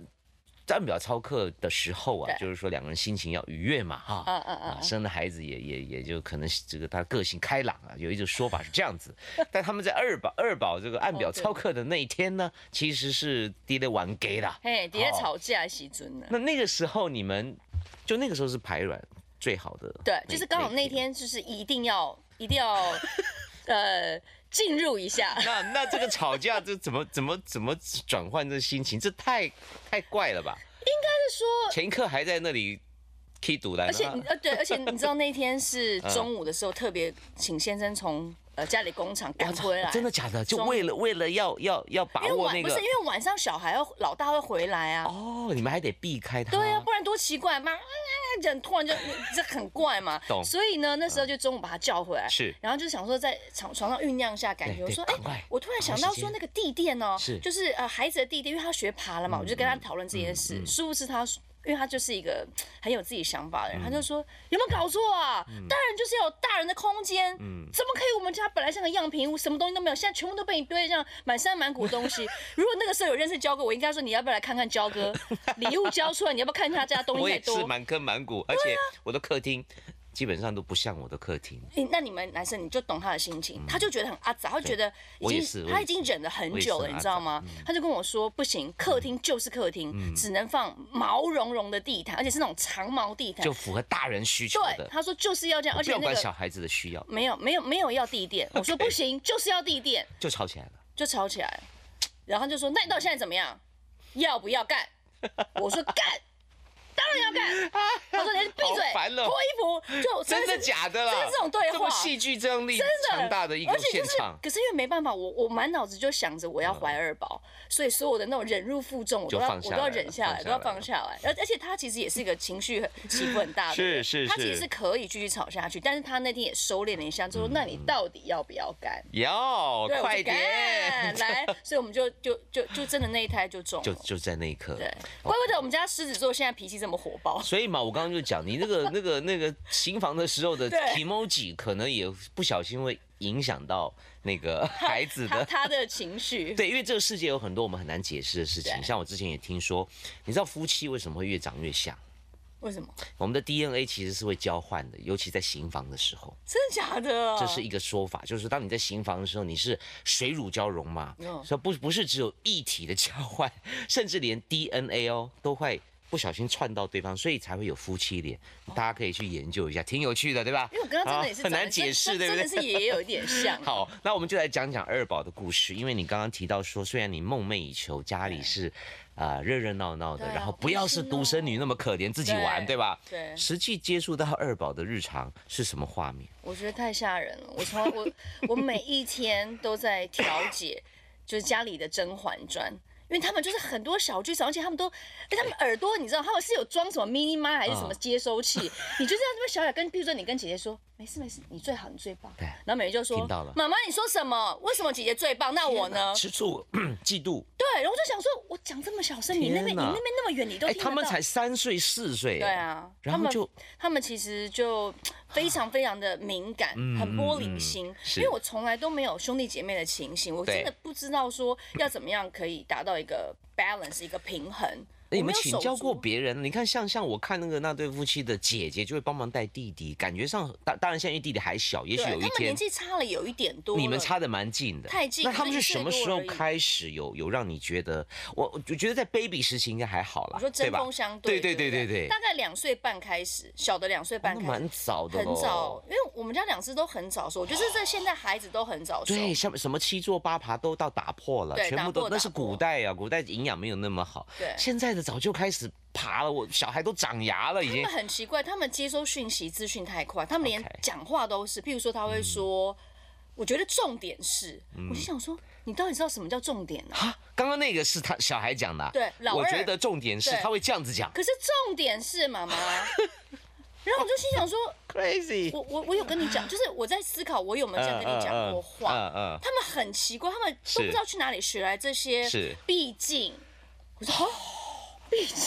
[SPEAKER 1] 在按表操课的时候啊，
[SPEAKER 2] 对
[SPEAKER 1] 就是说两个人心情要愉悦嘛，哈。
[SPEAKER 2] 嗯嗯嗯
[SPEAKER 1] 啊，生了孩子也也也就可能是这个他个性开朗啊，有一种说法是这样 子。但他们在二宝二宝这个按表
[SPEAKER 2] 哦对
[SPEAKER 1] 操课的那一天呢，其实是滴了玩 gay 啦。
[SPEAKER 2] 嘿，底下
[SPEAKER 1] 好
[SPEAKER 2] 吵架喜尊呢？
[SPEAKER 1] 那那个时候你们就那个时候是排卵最好的，
[SPEAKER 2] 对，就是刚好那。天就是一定要一 定要呃进入一下。
[SPEAKER 1] 那那这个吵架这怎么怎么怎么转换这心情？这太太怪了吧？
[SPEAKER 2] 就是说
[SPEAKER 1] 前一刻还在那里 K 赌啊来，
[SPEAKER 2] 而且你呃对，而且你知道那 天是
[SPEAKER 1] 嗯
[SPEAKER 2] 中午的时候，特别请先生从呃家里工厂赶回来，
[SPEAKER 1] 真的假的？就
[SPEAKER 2] 中
[SPEAKER 1] 为了为了要要要把
[SPEAKER 2] 因为
[SPEAKER 1] 握
[SPEAKER 2] 晚
[SPEAKER 1] 那
[SPEAKER 2] 不
[SPEAKER 1] 个
[SPEAKER 2] 是因为晚上小孩要老大会回来啊，
[SPEAKER 1] 哦，嗯你们还得避开他。
[SPEAKER 2] 对啊，不然多奇怪，妈嗯 这样突然就你这很怪嘛
[SPEAKER 1] 懂，嗯
[SPEAKER 2] 所以呢那时候就中午把他叫回来，
[SPEAKER 1] 是
[SPEAKER 2] 然后就想说在床床上酝酿一下感
[SPEAKER 1] 对
[SPEAKER 2] 觉，我
[SPEAKER 1] 对
[SPEAKER 2] 说哎
[SPEAKER 1] 赶快，
[SPEAKER 2] 我突然想
[SPEAKER 1] 赶
[SPEAKER 2] 到
[SPEAKER 1] 快时
[SPEAKER 2] 说
[SPEAKER 1] 间
[SPEAKER 2] 那个地垫哦
[SPEAKER 1] 是，嗯
[SPEAKER 2] 就是呃孩子的地垫，因为他学爬了嘛，我就跟他讨论这件事，殊不知他。因为他就是一个很有自己想法的人，他
[SPEAKER 1] 嗯
[SPEAKER 2] 就说有没有搞错啊？大人就是要有大人的空间，
[SPEAKER 1] 嗯
[SPEAKER 2] 怎么可以？我们家本来像个样品屋，什么东西都没有，现在全部都被你堆得这样满山满谷的东西。 如果那个时候有认识焦哥，我应该说你要不要来看看焦 哥礼物交出来，你要不要看他家东
[SPEAKER 1] 我
[SPEAKER 2] 西太
[SPEAKER 1] 也是
[SPEAKER 2] 多？
[SPEAKER 1] 满坑满谷，而且我的客厅基本上都不像我的客厅。
[SPEAKER 2] 诶那你们男生你就懂他的心情，他就觉得很阿杂，他觉得
[SPEAKER 1] 嗯我也
[SPEAKER 2] 已
[SPEAKER 1] 是
[SPEAKER 2] 经
[SPEAKER 1] 我也
[SPEAKER 2] 他已经忍了很久
[SPEAKER 1] 我也
[SPEAKER 2] 了，
[SPEAKER 1] 是
[SPEAKER 2] 你知道吗？他就跟我说不行，
[SPEAKER 1] 嗯
[SPEAKER 2] 客厅就是客厅，只能放毛茸茸的地毯，而且是那种长毛地毯
[SPEAKER 1] 就。符合大人需求
[SPEAKER 2] 对，
[SPEAKER 1] 的，
[SPEAKER 2] 他说就是要这样，而
[SPEAKER 1] 不
[SPEAKER 2] 且
[SPEAKER 1] 要
[SPEAKER 2] 那
[SPEAKER 1] 管
[SPEAKER 2] 个
[SPEAKER 1] 小孩子的需要，
[SPEAKER 2] 没有没有没有要地垫，我说
[SPEAKER 1] OK
[SPEAKER 2] 不行，就是要地垫。
[SPEAKER 1] 就吵起来了。
[SPEAKER 2] 就吵起来了，然后他就说：“那你到底现在怎么样？要不要干？”我说：“干，当然要干。”他说：“你闭嘴，
[SPEAKER 1] 好烦哦
[SPEAKER 2] 脱衣服。”就
[SPEAKER 1] 真的
[SPEAKER 2] 是
[SPEAKER 1] 假的啦？
[SPEAKER 2] 真的这种对话
[SPEAKER 1] 这么戏剧张力
[SPEAKER 2] 真的
[SPEAKER 1] 强大的一个
[SPEAKER 2] 而且
[SPEAKER 1] 现
[SPEAKER 2] 就是
[SPEAKER 1] 场，，
[SPEAKER 2] 可是因为没办法，我我满脑子就想着我要怀二宝，所以所有的那种忍辱负重，我都
[SPEAKER 1] 嗯就
[SPEAKER 2] 要
[SPEAKER 1] 放
[SPEAKER 2] 我
[SPEAKER 1] 下
[SPEAKER 2] 都要
[SPEAKER 1] 来了
[SPEAKER 2] 忍下来，
[SPEAKER 1] 放下
[SPEAKER 2] 都要
[SPEAKER 1] 来
[SPEAKER 2] 放
[SPEAKER 1] 了
[SPEAKER 2] 下来。而而且他其实也是一个情绪很起伏很大的人，
[SPEAKER 1] 是是
[SPEAKER 2] 他其实
[SPEAKER 1] 是
[SPEAKER 2] 是可以继续吵下去，但是他那天也收敛了一下，就说：“那你到底要不要干？”
[SPEAKER 1] 要
[SPEAKER 2] 对，
[SPEAKER 1] 嗯哦
[SPEAKER 2] 我
[SPEAKER 1] 快
[SPEAKER 2] 就干
[SPEAKER 1] 点，
[SPEAKER 2] 来，所以我们就就就就真的那一胎就中
[SPEAKER 1] 就
[SPEAKER 2] 了。
[SPEAKER 1] 就在那一刻。
[SPEAKER 2] 对，怪不得我们家狮子座现在脾气这么火爆。
[SPEAKER 1] 所以嘛，我刚刚就讲，你那 个那个那个行房的时候的
[SPEAKER 2] 对
[SPEAKER 1] emoji 可能也不小心会影响到那个孩子
[SPEAKER 2] 他
[SPEAKER 1] 的。
[SPEAKER 2] 他的情绪，
[SPEAKER 1] 对，因为这个世界有很多我们很难解释的事情，
[SPEAKER 2] 对
[SPEAKER 1] 像我之前也听说，你知道夫妻为什么会越长越像？
[SPEAKER 2] 为什么？
[SPEAKER 1] 我们的 DNA 其实是会交换的，尤其在行房的时候。
[SPEAKER 2] 真的假的啊？
[SPEAKER 1] 这是一个说法，就是当你在行房的时候，你是水乳交融嘛，
[SPEAKER 2] 嗯
[SPEAKER 1] 所以不不是只有一体的交换，甚至连 DNA 哦都会不小心串到对方，所以才会有夫妻脸。大家可以去研究一下，挺有趣的，对吧？
[SPEAKER 2] 因为我跟他真
[SPEAKER 1] 啊
[SPEAKER 2] 的也是
[SPEAKER 1] 很
[SPEAKER 2] 长
[SPEAKER 1] 难
[SPEAKER 2] 得
[SPEAKER 1] 解
[SPEAKER 2] 真
[SPEAKER 1] 释，
[SPEAKER 2] 真
[SPEAKER 1] 对不对？
[SPEAKER 2] 真的是也有一点像。
[SPEAKER 1] 好，那我们就来讲讲二宝的故事，因为你刚刚提到说，虽然你梦寐以求家里是啊热热闹闹的，
[SPEAKER 2] 对啊
[SPEAKER 1] 然后不要是独生女那么可怜，自己玩，
[SPEAKER 2] 对
[SPEAKER 1] 对吧？
[SPEAKER 2] 对
[SPEAKER 1] 实际接触到二宝的日常是什么画面？
[SPEAKER 2] 我觉得太吓人了。我从来我我每一天都在调解，就是家里的《甄嬛传》。因为他们就是很多小剧场，而且他们都，哎，他们耳朵你知道，他们是有装什么 mini mic 还是什么
[SPEAKER 1] 嗯
[SPEAKER 2] 接收器，你就这样这么小小跟，比如说你跟姐姐说，没事没事，你最好，你最棒
[SPEAKER 1] 对。
[SPEAKER 2] 然后美人就说
[SPEAKER 1] 听到了，
[SPEAKER 2] 妈妈你说什么？为什么姐姐最棒？那我呢？
[SPEAKER 1] 吃醋、 嫉妒。
[SPEAKER 2] 对，然后我就想说，我讲这么小声，你那边
[SPEAKER 1] 天
[SPEAKER 2] 你
[SPEAKER 1] 哪
[SPEAKER 2] 那边那么远，你都
[SPEAKER 1] 哎、
[SPEAKER 2] 听得到。
[SPEAKER 1] 他们才三岁四岁，
[SPEAKER 2] 对，啊，
[SPEAKER 1] 然
[SPEAKER 2] 他
[SPEAKER 1] 后
[SPEAKER 2] 们
[SPEAKER 1] 就
[SPEAKER 2] 他们其实就非常非常的敏感，很玻璃心。
[SPEAKER 1] 嗯是
[SPEAKER 2] 因为我从来都没有兄弟姐妹的情形，我
[SPEAKER 1] 对
[SPEAKER 2] 真的不知道说要怎么样可以达到一个 balance 一个平衡。
[SPEAKER 1] 你
[SPEAKER 2] 我没
[SPEAKER 1] 们
[SPEAKER 2] 有
[SPEAKER 1] 请
[SPEAKER 2] 手
[SPEAKER 1] 教
[SPEAKER 2] 足
[SPEAKER 1] 过别人？你看，像像我看那个那对夫妻的姐姐就会帮忙带弟弟，感觉上当当然现在因为弟弟还小，也
[SPEAKER 2] 对，
[SPEAKER 1] 许
[SPEAKER 2] 他
[SPEAKER 1] 有一
[SPEAKER 2] 们
[SPEAKER 1] 天
[SPEAKER 2] 年纪差了有一点多了，
[SPEAKER 1] 你们差的蛮近的，
[SPEAKER 2] 太近
[SPEAKER 1] 那他们
[SPEAKER 2] 就是一
[SPEAKER 1] 什
[SPEAKER 2] 岁
[SPEAKER 1] 么
[SPEAKER 2] 多
[SPEAKER 1] 时候
[SPEAKER 2] 而已
[SPEAKER 1] 开始有有让你觉得我我觉得在 baby 时期应该还好啦，
[SPEAKER 2] 我说针
[SPEAKER 1] 对吧
[SPEAKER 2] 锋相对，
[SPEAKER 1] 对对
[SPEAKER 2] 对
[SPEAKER 1] 对
[SPEAKER 2] 不
[SPEAKER 1] 对对哦
[SPEAKER 2] 大概两岁半开始，小的两岁半
[SPEAKER 1] 那
[SPEAKER 2] 开
[SPEAKER 1] 蛮
[SPEAKER 2] 始。
[SPEAKER 1] 早的
[SPEAKER 2] 很
[SPEAKER 1] 咯
[SPEAKER 2] 早，因为我们家两只都很早熟，我觉得这现在孩子都很早熟。
[SPEAKER 1] 对，像什么七坐八爬都到打破了，
[SPEAKER 2] 对
[SPEAKER 1] 全部
[SPEAKER 2] 打
[SPEAKER 1] 都
[SPEAKER 2] 破
[SPEAKER 1] 那是
[SPEAKER 2] 打破
[SPEAKER 1] 古代啊，古代营养没有那么好，
[SPEAKER 2] 对
[SPEAKER 1] 现在的早就开始爬了，我小孩都长牙了已
[SPEAKER 2] 他
[SPEAKER 1] 经
[SPEAKER 2] 们。很奇怪，他们接收讯息资讯太快，他们连
[SPEAKER 1] OK 嗯
[SPEAKER 2] 讲话都是，譬如说他会说，我觉得重点是，我就想说，你到底知道什么叫重点 呢、
[SPEAKER 1] 啊，刚刚那个是他小孩讲的啊、
[SPEAKER 2] 对老
[SPEAKER 1] 我
[SPEAKER 2] 二
[SPEAKER 1] 觉得重点是
[SPEAKER 2] 对
[SPEAKER 1] 他会这样子讲
[SPEAKER 2] 可是重点是 妈妈，然后我就心想说，
[SPEAKER 1] ，crazy，
[SPEAKER 2] 我我我有跟你讲，就是我在思考我有没有这样跟你讲过话。
[SPEAKER 1] 嗯嗯，
[SPEAKER 2] 他们很奇怪，他们都不
[SPEAKER 1] 是
[SPEAKER 2] 知道去哪里学来这些
[SPEAKER 1] 是
[SPEAKER 2] 毕竟，我说哦，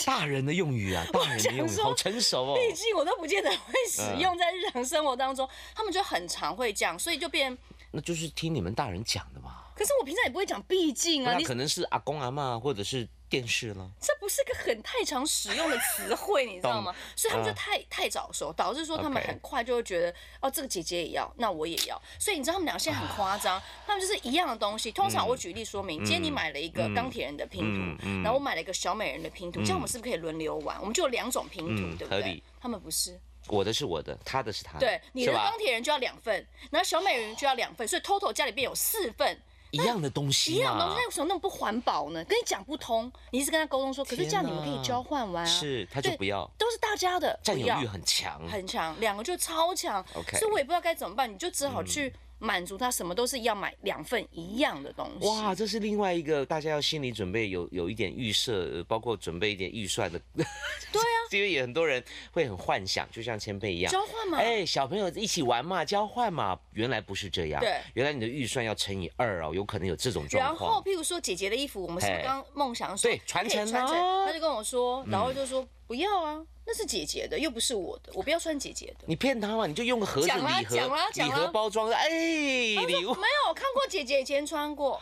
[SPEAKER 1] 大人的用语啊，大人的用
[SPEAKER 2] 我
[SPEAKER 1] 语
[SPEAKER 2] 想说
[SPEAKER 1] 好成熟哦。嗯
[SPEAKER 2] 毕竟我都不见得会使用在日常生活当中，他们就很常会这样，所以就变。
[SPEAKER 1] 那就是听你们大人讲的嘛。
[SPEAKER 2] 可是我平常也不会讲毕竟啊，
[SPEAKER 1] 那
[SPEAKER 2] 你
[SPEAKER 1] 可能是阿公阿嬷或者是电视了。
[SPEAKER 2] 这不是个很太常使用的词汇，你知道吗？所以他们就
[SPEAKER 1] 嗯
[SPEAKER 2] 太、太早熟，导致说他们
[SPEAKER 1] OK
[SPEAKER 2] 很快就会觉得哦，这个姐姐也要，那我也要。所以你知道他们俩现在很夸
[SPEAKER 1] 啊
[SPEAKER 2] 张，他们就是一样的东西。通常我举例说明，
[SPEAKER 1] 嗯
[SPEAKER 2] 今天你买了一个钢铁人的拼图，
[SPEAKER 1] 嗯嗯
[SPEAKER 2] 然后我买了一个小美人的拼图，这样我们是不是可以轮流玩？我们就有两种拼图，
[SPEAKER 1] 嗯
[SPEAKER 2] 对不
[SPEAKER 1] 合
[SPEAKER 2] 对
[SPEAKER 1] 理？
[SPEAKER 2] 他们不是，
[SPEAKER 1] 我的是我的，他的是他的，
[SPEAKER 2] 对，你的
[SPEAKER 1] 是吧
[SPEAKER 2] 钢？铁人就要两份，然后小美人就要两份，所以 total 家里边有四份。
[SPEAKER 1] 一样的东西
[SPEAKER 2] 一样的
[SPEAKER 1] 嘛
[SPEAKER 2] 东西，那，为什么那么不环保呢？跟你讲不通，你一直跟他沟通说，可是这样你们可
[SPEAKER 1] 天
[SPEAKER 2] 以
[SPEAKER 1] 哪
[SPEAKER 2] 交换玩啊。
[SPEAKER 1] 是他就
[SPEAKER 2] 对
[SPEAKER 1] 不要，
[SPEAKER 2] 都是大家的，
[SPEAKER 1] 占
[SPEAKER 2] 不
[SPEAKER 1] 有
[SPEAKER 2] 要
[SPEAKER 1] 欲很强。
[SPEAKER 2] 很强，两个就超强
[SPEAKER 1] OK 嗯
[SPEAKER 2] 所以我也不知道该怎么办，你就只好去满足他，什么都是要买两份一样的东西。
[SPEAKER 1] 哇，这是另外一个大家要心理准备，有有一点预设，呃包括准备一点预算的。对啊， 因为也很多人会很幻想，就像千贝一样。
[SPEAKER 2] 交换嘛，
[SPEAKER 1] 哎、小朋友一起玩嘛，交换嘛，原来不是这样。
[SPEAKER 2] 对，
[SPEAKER 1] 原来你的预算要乘以二哦，有可能有这种状
[SPEAKER 2] 然后
[SPEAKER 1] 况。
[SPEAKER 2] 譬如说姐姐的衣服，我们是不是
[SPEAKER 1] 嘿
[SPEAKER 2] 刚梦想说
[SPEAKER 1] 对传
[SPEAKER 2] 可以
[SPEAKER 1] 承
[SPEAKER 2] 传承
[SPEAKER 1] 啊，
[SPEAKER 2] 他就跟我说，然后就说不要啊，那是姐姐的，又不是我的，我不要穿姐姐的。
[SPEAKER 1] 你骗他嘛，你就用个盒子
[SPEAKER 2] 讲啦
[SPEAKER 1] 礼盒
[SPEAKER 2] 讲啦，讲
[SPEAKER 1] 礼
[SPEAKER 2] 啦
[SPEAKER 1] 盒包装的，哎，礼物
[SPEAKER 2] 没有，我看过姐姐以前穿过，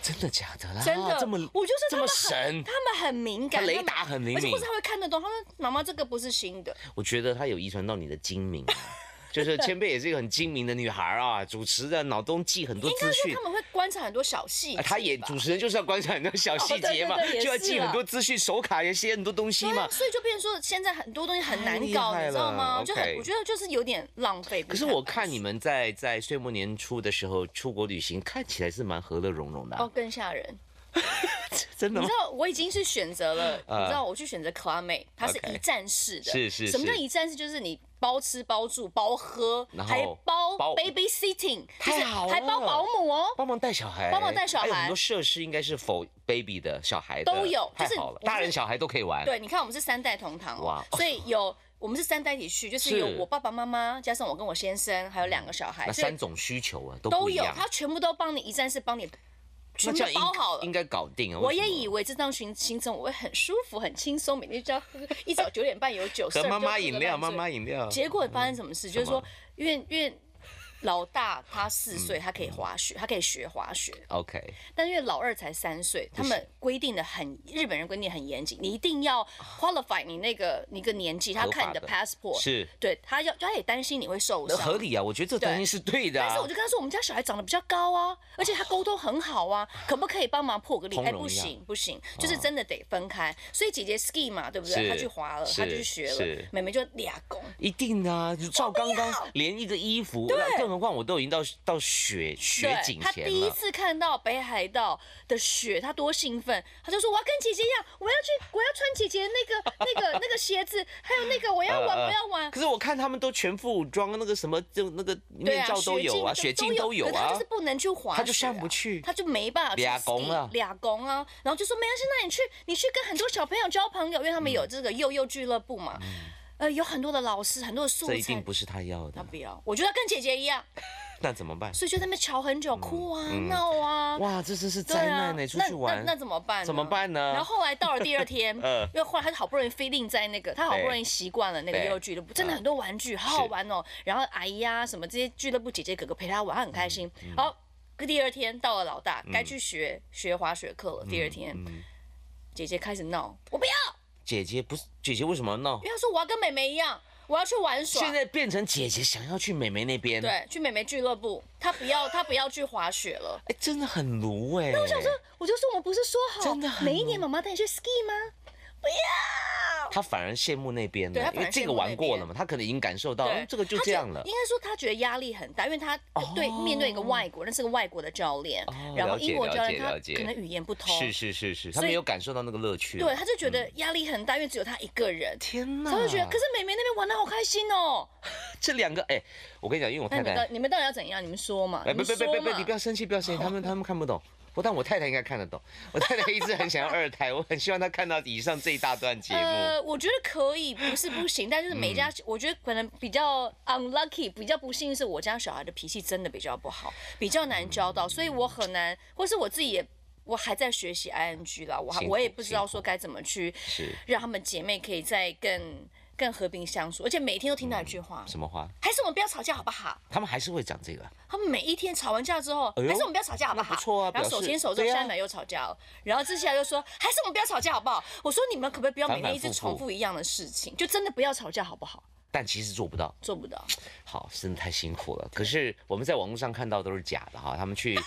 [SPEAKER 1] 真的假的啦？
[SPEAKER 2] 真的，
[SPEAKER 1] 啊这么
[SPEAKER 2] 我就是
[SPEAKER 1] 这
[SPEAKER 2] 他
[SPEAKER 1] 么
[SPEAKER 2] 们很，
[SPEAKER 1] 神，
[SPEAKER 2] 他们很敏感，
[SPEAKER 1] 他雷
[SPEAKER 2] 他们
[SPEAKER 1] 达很灵
[SPEAKER 2] 而且或
[SPEAKER 1] 敏
[SPEAKER 2] 者他会看得懂，他说妈妈这个不是新的，
[SPEAKER 1] 我觉得他有遗传到你的精明啊。就是千贝也是一个很精明的女孩啊，主持的脑中记很多
[SPEAKER 2] 应该
[SPEAKER 1] 资
[SPEAKER 2] 说
[SPEAKER 1] 讯
[SPEAKER 2] 他。们会观察很多小细节
[SPEAKER 1] 啊
[SPEAKER 2] 吧。
[SPEAKER 1] 他也主持人就是要观察很多小细节嘛，
[SPEAKER 2] 哦对对对也
[SPEAKER 1] 就要
[SPEAKER 2] 是
[SPEAKER 1] 记
[SPEAKER 2] 啊
[SPEAKER 1] 很多资讯，手卡也写很多东西
[SPEAKER 2] 对啊
[SPEAKER 1] 嘛。
[SPEAKER 2] 所以就变成说，现在很多东西很
[SPEAKER 1] 太
[SPEAKER 2] 难
[SPEAKER 1] 厉
[SPEAKER 2] 搞，
[SPEAKER 1] 害
[SPEAKER 2] 你知道
[SPEAKER 1] 了
[SPEAKER 2] 吗？就很，
[SPEAKER 1] OK
[SPEAKER 2] 我觉得就是有点浪费。
[SPEAKER 1] 可是我看你们在在岁末年初的时候出国旅行，看起来是蛮和乐融融的啊、
[SPEAKER 2] 哦，更吓 人。
[SPEAKER 1] 真的
[SPEAKER 2] 你
[SPEAKER 1] 吗
[SPEAKER 2] 知？道我已经是选择了，你
[SPEAKER 1] 呃
[SPEAKER 2] 知道我去选择 Climate，它是
[SPEAKER 1] OK
[SPEAKER 2] 一站式的。
[SPEAKER 1] 是是
[SPEAKER 2] 什么叫
[SPEAKER 1] 是
[SPEAKER 2] 一站式？就是你包吃包住包喝，
[SPEAKER 1] 然
[SPEAKER 2] 还
[SPEAKER 1] 后
[SPEAKER 2] 包
[SPEAKER 1] 包
[SPEAKER 2] baby sitting，就
[SPEAKER 1] 太
[SPEAKER 2] 是
[SPEAKER 1] 好
[SPEAKER 2] 还包
[SPEAKER 1] 了
[SPEAKER 2] 保姆哦。
[SPEAKER 1] 帮忙带小孩，
[SPEAKER 2] 帮忙带小
[SPEAKER 1] 还有
[SPEAKER 2] 孩
[SPEAKER 1] 很多设施应该是否 baby 的小孩的
[SPEAKER 2] 都有
[SPEAKER 1] 太
[SPEAKER 2] 就是
[SPEAKER 1] 好了
[SPEAKER 2] 我，是
[SPEAKER 1] 大人小孩都可以玩。
[SPEAKER 2] 对，你看我们是三代同堂哦
[SPEAKER 1] 哇，
[SPEAKER 2] 所以有我们是三代一起去，就是有
[SPEAKER 1] 是
[SPEAKER 2] 我爸爸妈妈加上我跟我先生，还有两个小孩，
[SPEAKER 1] 那
[SPEAKER 2] 所以
[SPEAKER 1] 三种需求啊都
[SPEAKER 2] 都
[SPEAKER 1] 不一
[SPEAKER 2] 有
[SPEAKER 1] 样，，
[SPEAKER 2] 他全部都帮你一站式帮你全
[SPEAKER 1] 那
[SPEAKER 2] 部
[SPEAKER 1] 这样应
[SPEAKER 2] 包好了
[SPEAKER 1] 应。该搞定啊。
[SPEAKER 2] 我
[SPEAKER 1] 为什
[SPEAKER 2] 也
[SPEAKER 1] 么
[SPEAKER 2] 以为这趟行行程我会很舒服、很轻松，每天就要喝一早九点半有酒，
[SPEAKER 1] 喝
[SPEAKER 2] serve
[SPEAKER 1] 妈
[SPEAKER 2] 就
[SPEAKER 1] 妈
[SPEAKER 2] 喝
[SPEAKER 1] 饮
[SPEAKER 2] 得
[SPEAKER 1] 料，
[SPEAKER 2] 烂
[SPEAKER 1] 妈
[SPEAKER 2] 醉
[SPEAKER 1] 妈饮料。
[SPEAKER 2] 结果发生什么事？就是
[SPEAKER 1] 什么嗯
[SPEAKER 2] 说，因为因为老大他四岁，他可以滑雪，他可以学滑雪，
[SPEAKER 1] OK，
[SPEAKER 2] 但因为老二才三岁，他们规定的很，日本人规定很严谨，你一定要 qualify 你那个你一个年纪，他
[SPEAKER 1] 啊合
[SPEAKER 2] 看
[SPEAKER 1] 法
[SPEAKER 2] 你的
[SPEAKER 1] 的
[SPEAKER 2] passport，
[SPEAKER 1] 是
[SPEAKER 2] 对他要他也担心你会受
[SPEAKER 1] 那
[SPEAKER 2] 伤，
[SPEAKER 1] 合理啊，我觉得这个担心是对的啊。
[SPEAKER 2] 但是我就跟他说，我们家小孩长得比较高啊，而且他沟通很好啊，可不可以帮忙破个例？
[SPEAKER 1] 通
[SPEAKER 2] 哎，
[SPEAKER 1] 融
[SPEAKER 2] 不
[SPEAKER 1] 一样
[SPEAKER 2] 行不行，就是真的得分开。所以姐姐 ski 嘛，对不对？
[SPEAKER 1] 是
[SPEAKER 2] 她去滑了，她就
[SPEAKER 1] 是
[SPEAKER 2] 去学了
[SPEAKER 1] 是，
[SPEAKER 2] 妹妹就俩公。
[SPEAKER 1] 一定的啊，就照刚刚连一个衣服，那更何况我都已经到到雪雪
[SPEAKER 2] 对
[SPEAKER 1] 景
[SPEAKER 2] 她
[SPEAKER 1] 前
[SPEAKER 2] 第一
[SPEAKER 1] 了。
[SPEAKER 2] 次看到北海道的雪，她多兴奋！她就说：“我要跟姐姐一样，我要去，我要穿姐姐那个、那个、那个鞋子，还有那个我要玩，
[SPEAKER 1] 呃
[SPEAKER 2] 我要玩。
[SPEAKER 1] 可是我看他们都全副武装，那个什么就那个”
[SPEAKER 2] 对
[SPEAKER 1] 面
[SPEAKER 2] 啊，
[SPEAKER 1] 罩都有啊，
[SPEAKER 2] 雪
[SPEAKER 1] 雪
[SPEAKER 2] 镜
[SPEAKER 1] 镜都有
[SPEAKER 2] 可是她
[SPEAKER 1] 啊
[SPEAKER 2] 就是。不能去滑雪啊，
[SPEAKER 1] 她就上不去
[SPEAKER 2] 她就没办法去
[SPEAKER 1] 俩
[SPEAKER 2] ski，
[SPEAKER 1] 拱啊
[SPEAKER 2] 俩拱啊，然后就说没关系，那你去，你去跟很多小朋友交朋友，因为他们
[SPEAKER 1] 嗯
[SPEAKER 2] 有这个幼幼俱乐部嘛，呃，有很多的老师，很多的素
[SPEAKER 1] 这一定
[SPEAKER 2] 材。
[SPEAKER 1] 不是他要
[SPEAKER 2] 她
[SPEAKER 1] 的，
[SPEAKER 2] 不要，我觉得她跟姐姐一样，
[SPEAKER 1] 那怎么办？
[SPEAKER 2] 所以就在那边吵很
[SPEAKER 1] 嗯
[SPEAKER 2] 久，哭啊、闹啊，
[SPEAKER 1] 哇，这真是
[SPEAKER 2] 对
[SPEAKER 1] 灾难呢！
[SPEAKER 2] 啊、
[SPEAKER 1] 出去玩
[SPEAKER 2] 那那那怎么办？嗯
[SPEAKER 1] 怎么办呢
[SPEAKER 2] 然后后来到了第二 天，
[SPEAKER 1] 呃
[SPEAKER 2] 因为后来他好不容易飞定在那个，他好不容易习惯了那个
[SPEAKER 1] 对
[SPEAKER 2] 幼儿俱乐部，真的很多玩具，好好玩哦。然后阿姨呀、什么这些俱乐部姐姐哥哥陪他玩，他很开心。然后第二天到了老大，该去学学滑雪课了。第二天，姐姐开始闹，我不要，
[SPEAKER 1] 姐姐不是姐姐为什么要闹
[SPEAKER 2] 因？为她说我要跟妹妹一样，我要去玩耍。
[SPEAKER 1] 现在变成姐姐想要去美眉那边，哎，
[SPEAKER 2] 对，去妹妹俱乐部，她不要，她不要去滑雪了。
[SPEAKER 1] 哎真的很卢哎。那我想说，
[SPEAKER 2] 我就说我们不是说好
[SPEAKER 1] 真的很
[SPEAKER 2] 每一年妈妈带你去 ski 吗？
[SPEAKER 1] 她反而羡慕那边
[SPEAKER 2] 对她
[SPEAKER 1] 了，因
[SPEAKER 2] 反而
[SPEAKER 1] 为这
[SPEAKER 2] 羡
[SPEAKER 1] 个
[SPEAKER 2] 慕那
[SPEAKER 1] 玩过了
[SPEAKER 2] 边
[SPEAKER 1] 嘛，她可能已经感受到，
[SPEAKER 2] 对
[SPEAKER 1] 嗯，这个就
[SPEAKER 2] 他
[SPEAKER 1] 这
[SPEAKER 2] 觉
[SPEAKER 1] 样了哦
[SPEAKER 2] 应。该说他觉得压力很大，因为他对面对一个外国，那是个外国的教练，然后
[SPEAKER 1] 了解
[SPEAKER 2] 英国教练
[SPEAKER 1] 了解
[SPEAKER 2] 他
[SPEAKER 1] 了解
[SPEAKER 2] 可能语言不通，
[SPEAKER 1] 是是是是，她
[SPEAKER 2] 所以
[SPEAKER 1] 没有感受到那个乐趣。
[SPEAKER 2] 对，，他就觉得压力很大，因为只有他一个人，
[SPEAKER 1] 天哪！
[SPEAKER 2] 他就觉得，可是妹妹那边玩的好开心哦。
[SPEAKER 1] 这两个，哎，我跟你讲，因为我
[SPEAKER 2] 那
[SPEAKER 1] 太
[SPEAKER 2] 你们到
[SPEAKER 1] 太，
[SPEAKER 2] 你们到底要怎样？你们说嘛，
[SPEAKER 1] 哎，不
[SPEAKER 2] 你们
[SPEAKER 1] 不
[SPEAKER 2] 说
[SPEAKER 1] 不不不，
[SPEAKER 2] 嘛哦
[SPEAKER 1] 你不。要生气，不要生气，他们他们看不懂。我但我太太应该看得懂，我太太一直很想要二胎，我很希望她看到以上这一大段节目。嗯
[SPEAKER 2] 呃，我觉得可以，不是不行，但就是每家，我觉得可能比较 unlucky，比较不幸运是
[SPEAKER 1] 嗯
[SPEAKER 2] 我家小孩的脾气真的比较不好，比较难教到，所以我很难，或是我自己也我还在学习 ing 啦，我还
[SPEAKER 1] 辛苦
[SPEAKER 2] 我也不知道
[SPEAKER 1] 辛苦
[SPEAKER 2] 说该怎么去
[SPEAKER 1] 是
[SPEAKER 2] 让她们姐妹可以再更更和平相处，而且每天都听到一句话，
[SPEAKER 1] 什么花？
[SPEAKER 2] 还是我们不要吵架好不好？
[SPEAKER 1] 他们还是会讲这个，
[SPEAKER 2] 他们每一天吵完架之后，
[SPEAKER 1] 哎呦
[SPEAKER 2] 还是我们不要吵架好好？
[SPEAKER 1] 那不错啊
[SPEAKER 2] 然后
[SPEAKER 1] 表
[SPEAKER 2] 手
[SPEAKER 1] 示
[SPEAKER 2] 牵手之后，
[SPEAKER 1] 对啊
[SPEAKER 2] 下一秒又吵架了。然后接下来又说，还是我们不要吵架好不好？我说你们可不可以不要每
[SPEAKER 1] 反反
[SPEAKER 2] 天一直
[SPEAKER 1] 复复
[SPEAKER 2] 重复一样的事情？就真的不要吵架好不好？
[SPEAKER 1] 但其实做不到。
[SPEAKER 2] 做不 到，
[SPEAKER 1] 好，真的太辛苦了。可是我们在网络上看到都是假的哈，他们 去